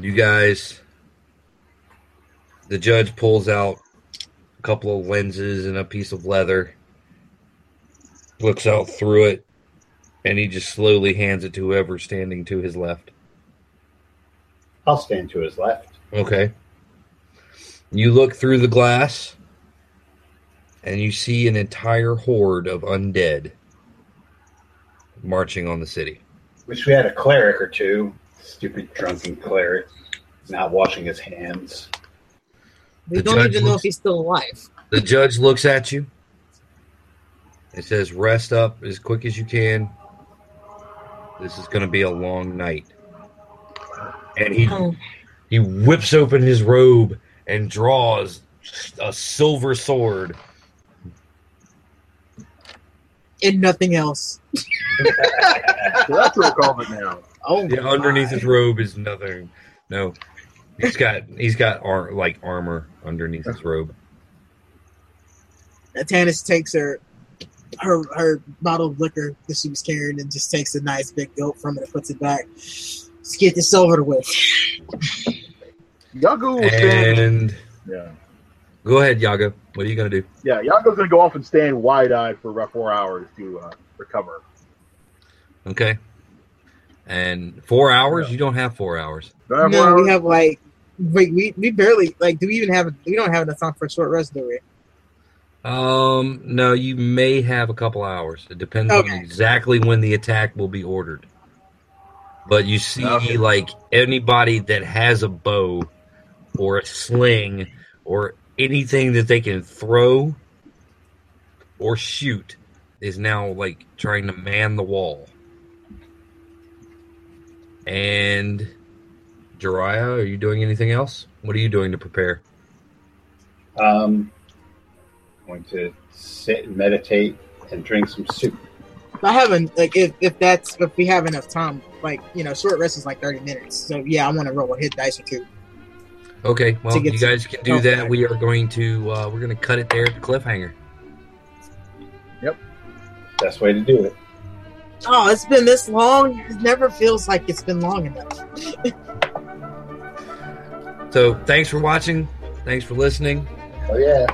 Speaker 1: you guys the judge pulls out a couple of lenses and a piece of leather looks out through it and he just slowly hands it to whoever's standing to his left
Speaker 2: I'll stand to his left.
Speaker 1: Okay. You look through the glass and you see an entire horde of undead marching on the city.
Speaker 2: Wish we had a cleric or two. Stupid drunken cleric, not washing his hands.
Speaker 4: We
Speaker 1: The
Speaker 4: don't
Speaker 1: judge
Speaker 4: even know
Speaker 1: looks-
Speaker 4: if he's still alive.
Speaker 1: The judge looks at you and says, Rest up as quick as you can. This is going to be a long night. And he
Speaker 4: Oh,
Speaker 1: He whips open his robe and draws a silver sword.
Speaker 4: and nothing else.
Speaker 3: So that's what we're calling it now.
Speaker 4: Oh,
Speaker 1: Yeah,
Speaker 4: my.
Speaker 1: underneath his robe is nothing. No, he's got he's got ar- like armor underneath his robe.
Speaker 4: And Tannis takes her her her bottle of liquor that she was carrying and just takes a nice big gulp from it and puts it back. Let's get this over with.
Speaker 3: Yago will stand.
Speaker 1: And
Speaker 3: Yeah.
Speaker 1: go ahead, Yaga. What are you gonna do?
Speaker 3: Yeah, Yago's going to go off and stand wide eyed for about four hours to uh, recover.
Speaker 1: Okay. And four hours? You don't have four hours.
Speaker 3: Do I have four
Speaker 4: No,
Speaker 3: hours?
Speaker 4: we have like wait, we we barely like do we even have we don't have enough time for a short rest, do we?
Speaker 1: Um, no, you may have a couple hours. It depends on
Speaker 4: Okay.
Speaker 1: exactly when the attack will be ordered. But you see,
Speaker 3: Okay.
Speaker 1: like anybody that has a bow or a sling or anything that they can throw or shoot is now like trying to man the wall. And Jariah, are you doing anything else? What are you doing to prepare?
Speaker 2: Um, going to sit and meditate and drink some soup.
Speaker 4: I haven't like if, if that's if we have enough time, like you know, short rest is like thirty minutes. So yeah, I want to roll a hit dice or two.
Speaker 1: Okay, well,
Speaker 4: get
Speaker 1: you
Speaker 4: to-
Speaker 1: guys can do
Speaker 4: Okay.
Speaker 1: that. We are going to uh, we're going to cut it there at the cliffhanger.
Speaker 2: Best way to do it.
Speaker 4: Oh, it's been this long. It never feels like it's been long enough.
Speaker 1: So, thanks for watching, thanks for listening,
Speaker 2: Oh yeah.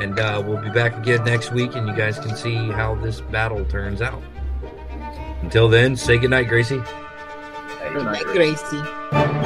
Speaker 1: and uh, we'll be back again next week, and you guys can see how this battle turns out. Until then, say goodnight, Gracie.
Speaker 3: Good night,
Speaker 4: Like
Speaker 3: Grace.
Speaker 4: Gracie.